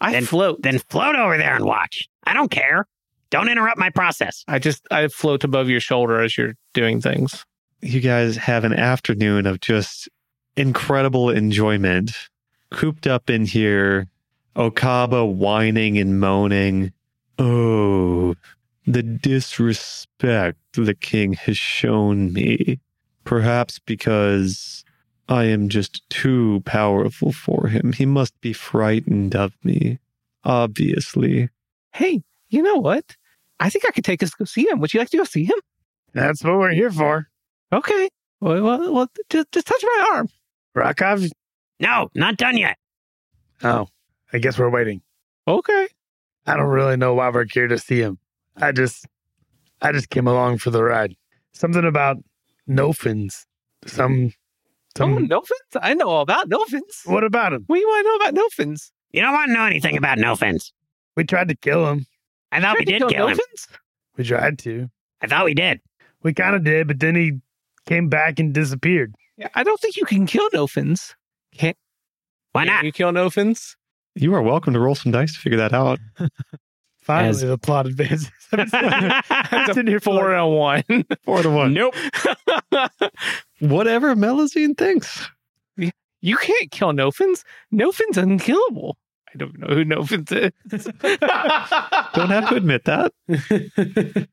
E: I
C: Then-
E: float.
C: Then float over there and watch. I don't care. Don't interrupt my process.
E: I just I float above your shoulder as you're doing things.
G: You guys have an afternoon of just incredible enjoyment. Cooped up in here, Okaba whining and moaning. Oh, the disrespect the king has shown me. Perhaps because I am just too powerful for him. He must be frightened of me, obviously.
E: Hey, you know what? I think I could take us to go see him. Would you like to go see him?
D: That's what we're here for.
E: Okay. Well, well, well just, just touch my arm.
D: Rakov.
C: No, not done yet.
D: Oh, I guess we're waiting.
E: Okay.
D: I don't really know why we're here to see him. I just, I just came along for the ride. Something about no fins. Some, some.
E: oh, no fins? I know all about no fins.
D: What about him?
E: What do you want to know about no fins?
C: You don't want to know anything about no fins.
D: We tried to kill him.
C: I thought we
E: Tried to
C: did
E: kill
C: kill
E: no
C: him.
E: fins?
D: We tried to.
C: I thought we did.
D: We kind of did, but then he came back and disappeared.
E: Yeah, I don't think you can kill no fins. Can't
C: Why
E: can
C: not?
E: you kill no fins?
G: You are welcome to roll some dice to figure that out.
D: Finally,
M: As-
D: the plot advances. I'm sitting here for
E: Four and a oh one.
G: Four to one.
M: Nope.
G: Whatever Melazine thinks.
E: You can't kill Nofins. Nofins unkillable. I don't know who Nofins is.
G: Don't have to admit that.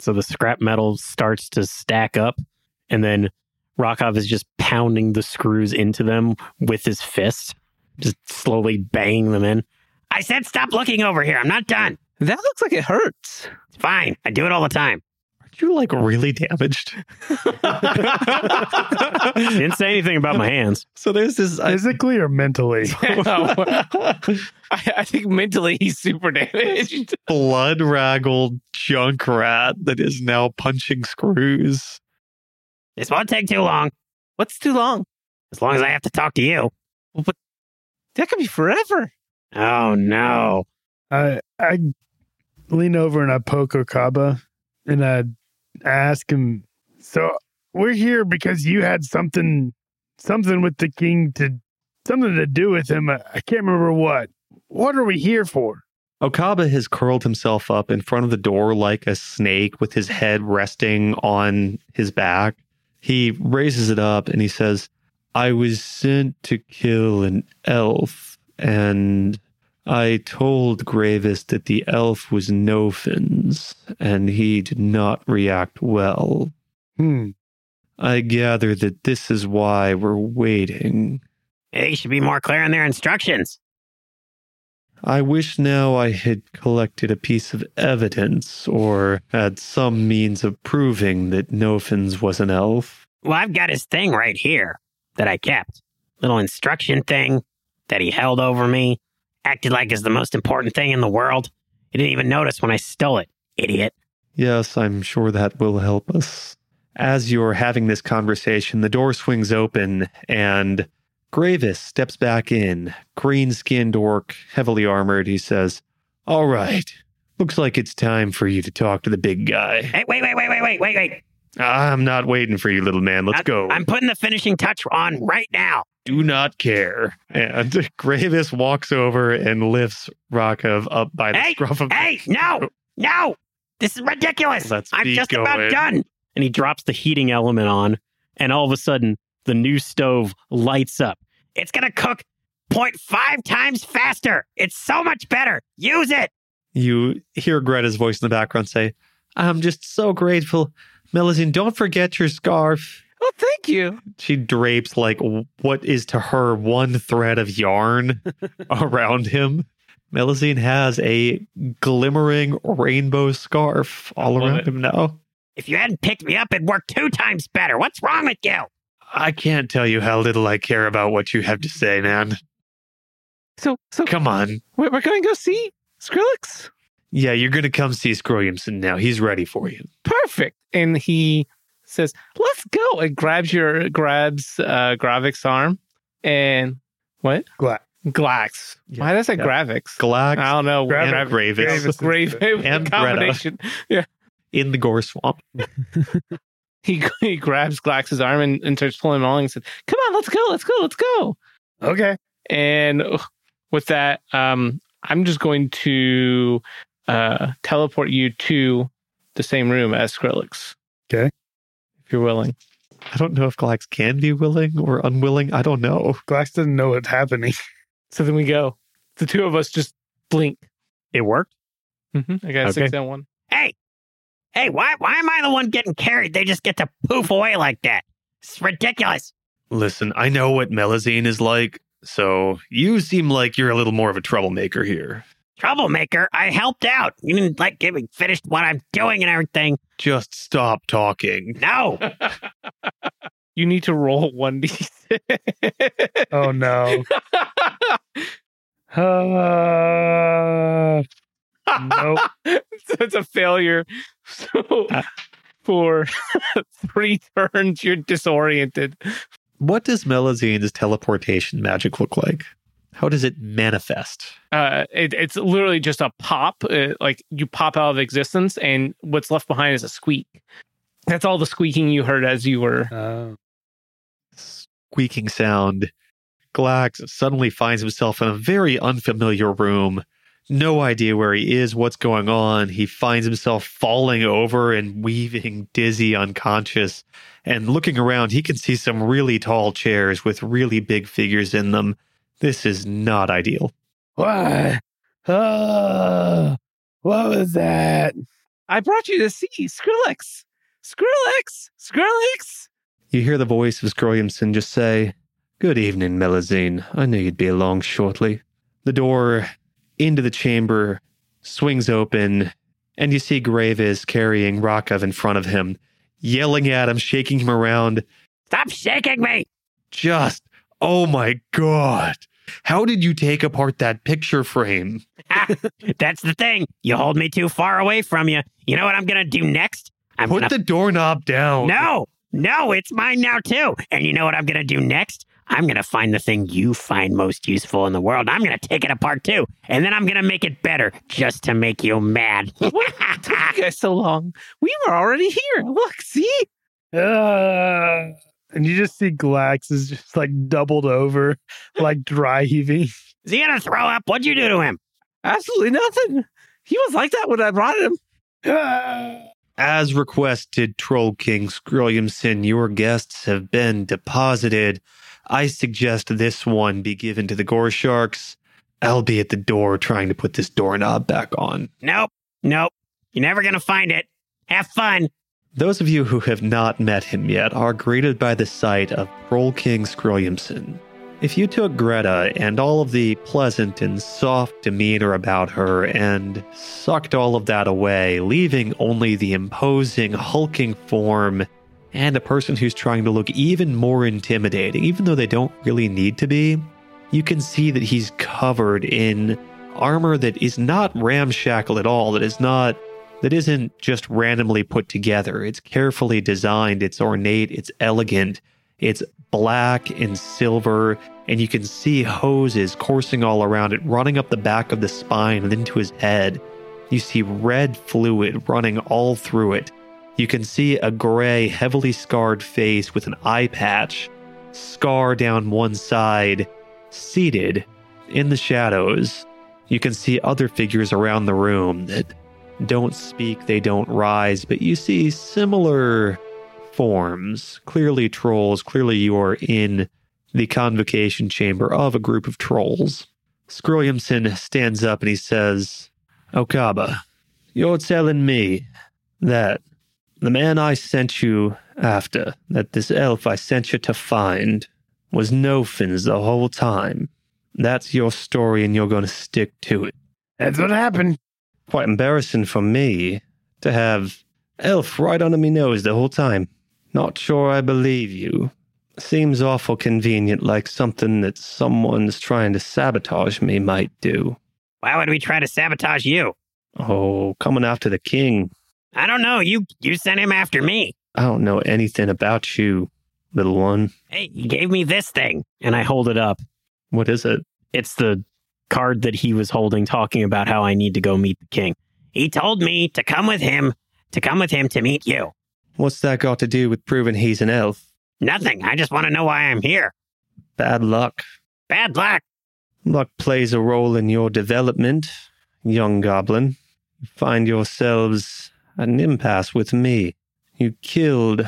N: So the scrap metal starts to stack up, and then Rokov is just pounding the screws into them with his fist, just slowly banging them in.
C: I said stop looking over here. I'm not done.
E: that looks like it hurts.
C: It's fine. I do it all the time.
G: Are you like really damaged?
N: Didn't say anything about my hands.
G: so there's this. I,
D: physically or mentally?
E: I, I think mentally he's super damaged.
G: blood raggled junk rat that is now punching screws.
C: This won't take too long,
E: What's too long?
C: as long as I have to talk to you.
E: That could be forever.
C: Oh no!
D: I I lean over and I poke Okaba and I ask him, So we're here because you had something something with the king to something to do with him. I, I can't remember what. What are we here for?
G: Okaba has curled himself up in front of the door like a snake with his head resting on his back. He raises it up and he says, I was sent to kill an elf, and I told Gravis that the elf was Nofins, and he did not react well.
D: Hmm.
G: I gather that this is why we're waiting.
C: They should be more clear in their instructions.
G: I wish now I had collected a piece of evidence or had some means of proving that Nofins was an elf.
C: Well, I've got his thing right here that I kept. Little instruction thing that he held over me. Acted like it's the most important thing in the world. He didn't even notice when I stole it. Idiot.
G: Yes, I'm sure that will help us. As you're having this conversation, the door swings open and Gravis steps back in. Green skinned orc, heavily armored, he says, All right, looks like it's time for you to talk to the big guy. "Ah,
C: Hey, wait, wait, wait, wait, wait, wait, wait.
G: I'm not waiting for you, little man. Let's
C: I-
G: go.
C: I'm putting the finishing touch on right now.
G: do not care. And Gravis walks over and lifts Rakov up by the
C: Hey,
G: scruff of
C: Hey, no, no. This is ridiculous.
G: Let's
C: I'm
G: be
C: just
G: going.
C: about done.
N: And he drops the heating element on, and all of a sudden, the new stove lights up.
C: It's going to cook 0.5 times faster. It's so much better. Use it.
G: You hear Greta's voice in the background say, I'm just so grateful. Melusine, don't forget your scarf.
E: Oh, thank you.
G: She drapes like what is to her one thread of yarn around him. Melusine has a glimmering rainbow scarf all
N: love
G: around
N: it.
G: him now.
C: If you hadn't picked me up, it'd work two times better. What's wrong with you?
G: I can't tell you how little I care about what you have to say, man.
E: So, so
G: Come on.
E: we're we're going to go see Skrillex.
G: Yeah, you're going to come see Scroyamson now. He's ready for you.
E: Perfect. And he says, "Let's go." And grabs your grabs uh Gravik's arm and what?
D: Gla-
E: Glax.
G: Yeah,
E: Why does I
G: yeah.
E: Gravik's?
G: Glax
E: I don't know.
D: Grav-
G: and
D: Gravis.
G: Gravis
E: Grave
G: And
E: combination.
G: in the gore swamp.
E: He, he grabs Glax's arm and, and starts pulling him along and says, "Come on, let's go, let's go, let's go."
D: Okay.
E: And ugh, with that, um, I'm just going to uh, teleport you to the same room as Skrillex.
D: Okay.
E: If you're willing.
G: I don't know if Glax can be willing or unwilling. I don't know.
D: Glax doesn't know what's happening.
E: So then we go. The two of us just blink.
N: It worked.
E: Mm-hmm. I got a
N: Okay.
E: six and one.
C: Hey, hey, why, why am I the one getting carried? They just get to poof away like that. It's ridiculous.
G: Listen, I know what Melazine is like, so you seem like you're a little more of a troublemaker here.
C: Troublemaker, I helped out. You didn't like get me finished what I'm doing and everything.
G: Just stop talking.
C: No.
E: You need to roll one d.
D: Oh no. Uh, nope.
E: so it's a failure. So for three turns, you're disoriented.
G: What does Melazine's teleportation magic look like? How does it manifest?
E: Uh, it, it's literally just a pop. Uh, like you pop out of existence, and what's left behind is a squeak. That's all the squeaking you heard as you were.
D: Oh.
G: Squeaking sound. Glax suddenly finds himself in a very unfamiliar room. no idea where he is, what's going on. He finds himself falling over and weaving dizzy unconscious. And looking around, he can see some really tall chairs with really big figures in them. This is not ideal.
D: Why? Oh, what was that?
F: I brought you to see Skrillex. Skrillex. Skrillex.
G: You hear the voice of Scroyamson just say, Good evening, Melazine. I knew you'd be along shortly. The door into the chamber swings open, and you see Grave is carrying Rakov in front of him, yelling at him, shaking him around.
C: Stop shaking me.
G: Just, oh my God. How did you take apart that picture frame?
C: That's the thing. You hold me too far away from you. You know what I'm going to do next? I'm
G: Put
C: gonna-
G: the doorknob down.
C: No, no, it's mine now too. And you know what I'm going to do next? I'm going to find the thing you find most useful in the world. I'm going to take it apart too. And then I'm going to make it better just to make you mad.
F: Took you guys so long. We were already here. Look, see?
D: Uh, and you just see Glax is just like doubled over, like dry heaving.
C: Is he going to throw up? What'd you do to him?
F: Absolutely nothing. He was like that when I brought him.
G: As requested, Troll King Scrollumson, your guests have been deposited. I suggest this one be given to the gore sharks. I'll be at the door trying to put this doorknob back on.
C: Nope, nope. You're never going to find it. Have fun.
G: Those of you who have not met him yet are greeted by the sight of Troll King Scrollumson. If you took Greta and all of the pleasant and soft demeanor about her and sucked all of that away, leaving only the imposing, hulking form and a person who's trying to look even more intimidating, even though they don't really need to be, you can see that he's covered in armor that is not ramshackle at all, that is not that isn't just randomly put together. It's carefully designed, it's ornate, it's elegant. It's black and silver, and you can see hoses coursing all around it, running up the back of the spine and into his head. You see red fluid running all through it. You can see a gray, heavily scarred face with an eye patch, scar down one side, seated in the shadows. You can see other figures around the room that don't speak, they don't rise, but you see similar forms. Clearly, trolls. Clearly, you are in the convocation chamber of a group of trolls. Scrollumson stands up and he says, Okaba, you're telling me that the man I sent you after, that this elf I sent you to find, was Nofins the whole time. That's your story and you're going to stick to it.
D: That's what happened.
G: Quite embarrassing for me to have elf right under me nose the whole time. Not sure I believe you. Seems awful convenient, like something that someone's trying to sabotage me might do.
C: Why would we try to sabotage you?
G: Oh, coming after the king.
C: I don't know. You you sent him after me.
G: I don't know anything about you, little one.
C: Hey, you gave me this thing.
O: And I hold it up.
G: What is it?
O: It's the card that he was holding, talking about how I need to go meet the king.
C: He told me to come with him, to come with him to meet you.
G: What's that got to do with proving he's an elf?
C: Nothing. I just want to know why I'm here.
G: Bad luck.
C: Bad luck.
G: Luck plays a role in your development, young goblin. You find yourselves at an impasse with me. You killed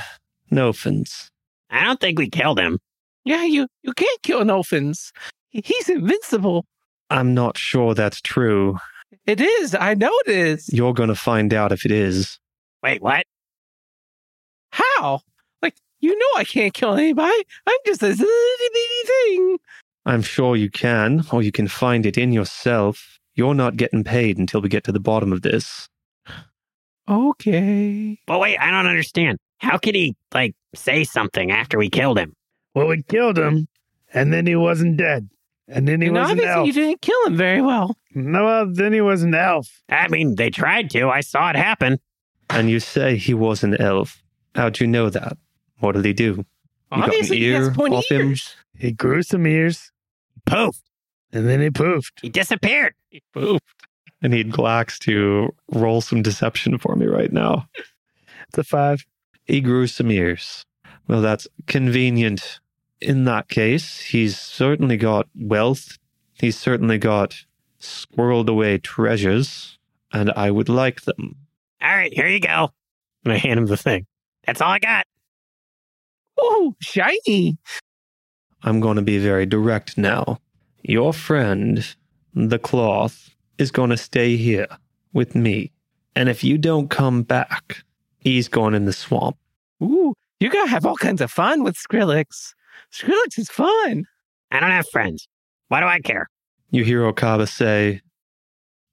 G: Nofens.
C: I don't think we killed him.
F: Yeah, you, you can't kill an orphans. He's invincible.
G: I'm not sure that's true.
F: It is. I know it is.
G: You're going to find out if it is.
C: Wait, what?
F: How? Like, you know I can't kill anybody. I'm just a little bitty thing.
G: I'm sure you can, or you can find it in yourself. You're not getting paid until we get to the bottom of this.
F: Okay.
C: But wait, I don't understand. How could he, like, say something after we killed him?
D: Well, we killed him, and then he wasn't dead, and then he
F: and
D: was an
F: obviously
D: elf.
F: you didn't kill him very well.
D: No, well, then he was an elf.
C: I mean, they tried to. I saw it happen.
G: And you say he was an elf. How'd you know that? What did he do? You got an
F: obviously he has
G: ear
F: pointy
G: off him?
F: ears.
D: He grew some ears,
C: Poof.
D: and then he poofed.
C: He disappeared.
G: I need Glax to roll some deception for me right now.
D: It's a five.
G: he grew some ears. Well, that's convenient in that case. He's certainly got wealth. He's certainly got squirreled away treasures, and I would like them.
C: All right, here you go.
P: And I hand him the thing.
C: That's all I got.
F: Oh, shiny.
G: I'm going to be very direct now. Your friend, the cloth, is going to stay here with me. And if you don't come back, he's going in the swamp.
F: Ooh, you're going to have all kinds of fun with Skrillex. Skrillex is fun.
C: I don't have friends. Why do I care?
G: You hear Okaba say,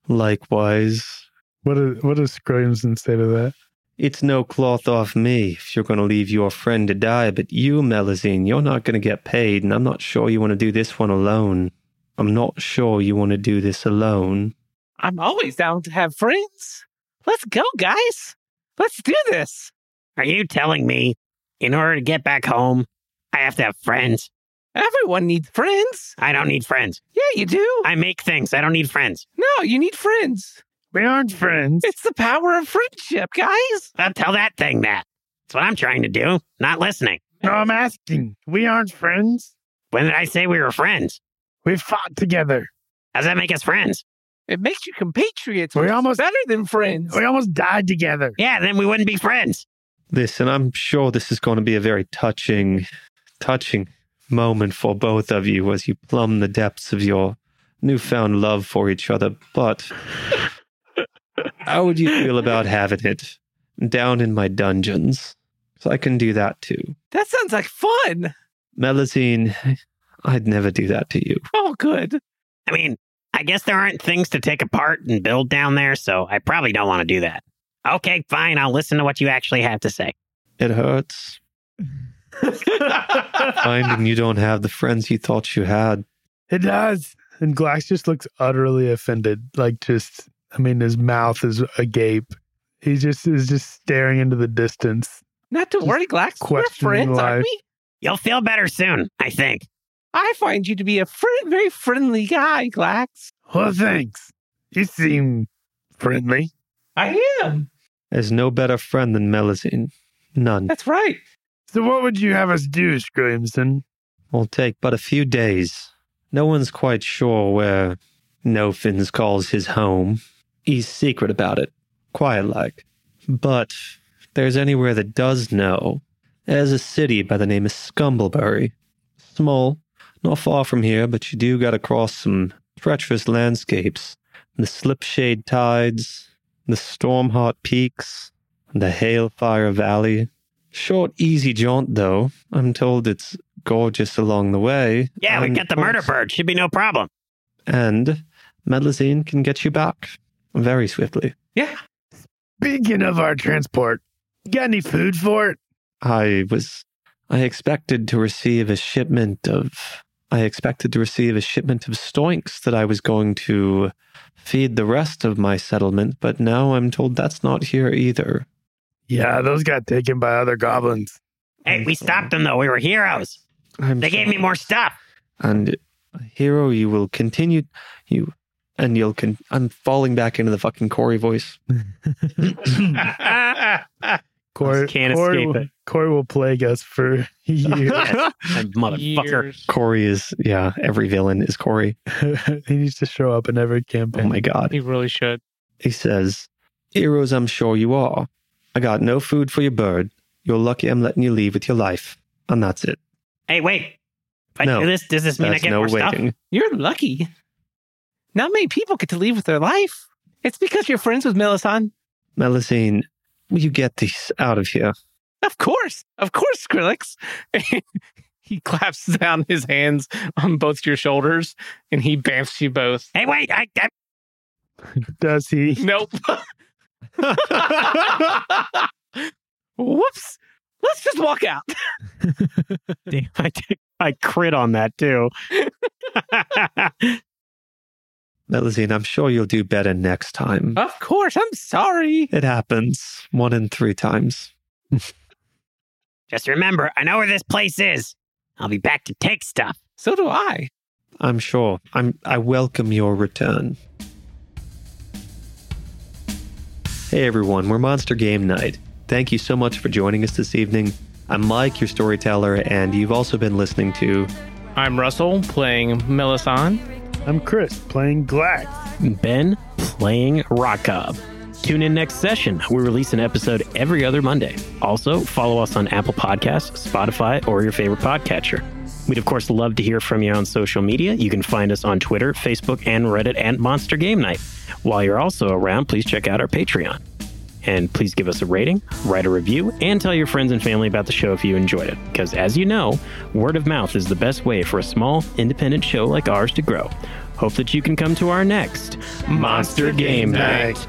G: likewise,
D: What does what does Scroyenson say to that?
G: it's no cloth off me if you're going to leave your friend to die, but you, Melazine, you're not going to get paid, and I'm not sure you want to do this one alone. I'm not sure you want to do this alone.
F: I'm always down to have friends. Let's go, guys. Let's do this.
C: Are you telling me in order to get back home, I have to have friends?
F: Everyone needs friends.
C: I don't need friends.
F: Yeah, you do.
C: I make things. I don't need friends.
F: No, you need friends.
D: We aren't friends.
F: It's the power of friendship, guys.
C: I'll tell that thing that. That's what I'm trying to do. Not listening.
D: No, I'm asking. We aren't friends.
C: When did I say we were friends?
D: We fought together.
C: How does that make us friends?
F: It makes you compatriots.
D: We
F: which is
D: almost-
F: better than friends.
D: We almost died together.
C: Yeah, then we wouldn't be friends.
G: Listen, I'm sure this is going to be a very touching, touching moment for both of you as you plumb the depths of your newfound love for each other. But how would you feel about having it down in my dungeons? So I can do that too.
F: That sounds like fun.
G: Melazine, I'd never do that to you.
F: Oh, good.
C: I mean, I guess there aren't things to take apart and build down there, so I probably don't want to do that. Okay, fine. I'll listen to what you actually have to say.
G: It hurts. Finding you don't have the friends you thought you had.
D: It does. And Glax just looks utterly offended. Like just I mean, his mouth is agape. He just is just staring into the distance.
F: Not to worry, Glax. We're
D: questioning
F: friends, aren't
D: life.
F: we?
C: You'll feel better soon, I think.
F: I find you to be a fri very friendly guy, Glax.
D: Well, thanks. You seem friendly.
F: I am.
G: There's no better friend than Melazine. None.
F: That's right.
D: So what would you have us do, Scrimson?
G: will take but a few days. No one's quite sure where Nofins calls his home. He's secret about it, quiet like. But if there's anywhere that does know, there's a city by the name of Scumbleberry. Small, not far from here, but you do gotta cross some treacherous landscapes. The slipshade tides, the storm-hot peaks, the hailfire valley. Short, easy jaunt, though. I'm told it's gorgeous along the way.
C: Yeah, we
G: and-
C: got the murder bird. Should be no problem.
G: And Medlazine can get you back very swiftly.
D: Speaking of our transport, you got any food for it?
G: I was, I expected to receive a shipment of, I expected to receive a shipment of stoinks that I was going to feed the rest of my settlement, but now I'm told that's not here either.
D: Yeah, those got taken by other goblins.
C: Hey, we stopped them though. We were heroes.
G: I'm
C: They gave me more stuff.
G: and a hero you will continue you and you'll con- i'm falling back into the fucking corey voice
D: Corey,
P: Can't
D: Corey
P: escape
D: will,
P: it.
D: Corey will plague us for years.
P: That motherfucker.
E: Years.
G: corey is yeah every villain is corey
D: he needs to show up in every
G: oh
D: campaign.
G: my god
E: He really should.
G: he says heroes i'm sure you are i got no food for your bird you're lucky i'm letting you leave with your life and that's it
C: Hey, wait. If I
G: No,
C: do this, does this mean I
G: there's
C: get
G: no
C: more
G: waiting
C: stuff?
F: You're lucky. Not many people get to leave with their life. It's because you're friends with Melisande.
G: melusine will you get these out of here
F: Of course. Of course, Skrillex. he claps down his hands on both your shoulders and he bamfs you both.
C: Hey, wait. I, I,
D: Does he?
F: Nope. Whoops. Let's just walk out.
P: Damn, I, did- I crit on that too.
G: melusine i'm sure you'll do better next time
C: Oh.
F: Of course. I'm sorry.
G: it happens one in three times
C: just remember, I know where this place is. I'll be back to take stuff.
F: So do I.
G: I'm sure. I'm, I welcome your return. Hey everyone, we're Monster Game Night. Thank you so much for joining us this evening. I'm Mike, your storyteller, and you've also been listening to
E: I'm Russell playing Melisande.
D: I'm Chris playing Glax.
C: Ben playing Rock Cobb. Tune in next session. We release an episode every other Monday. Also, follow us on Apple Podcasts, Spotify, or your favorite podcatcher. We'd, of course, love to hear from you on social media. You can find us on Twitter, Facebook, and Reddit at Monster Game Night. While you're also around, please check out our Patreon. And please give us a rating, write a review, and tell your friends and family about the show if you enjoyed it. Because as you know, word of mouth is the best way for a small, independent show like ours to grow. Hope that you can come to our next Monster Game Night.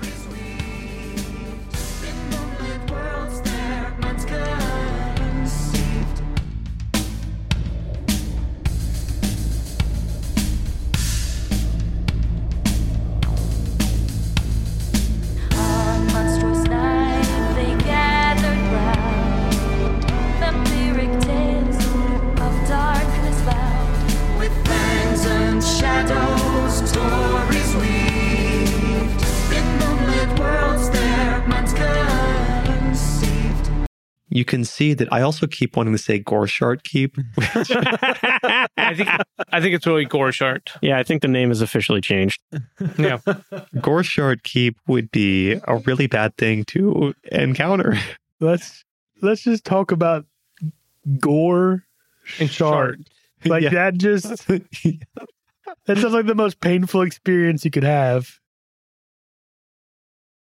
B: Shadows, stories weaved in moonlit worlds, their minds conceived.
A: You can see that I also keep wanting to say Gorshart Keep.
E: I think I think it's really gore short.
C: Yeah, I think the name is officially changed.
A: Gorshart Keep would be a really bad thing to encounter.
D: Let's let's just talk about gore
E: And
D: shard. Like
A: Yeah.
D: that just that sounds like the most painful experience you could have.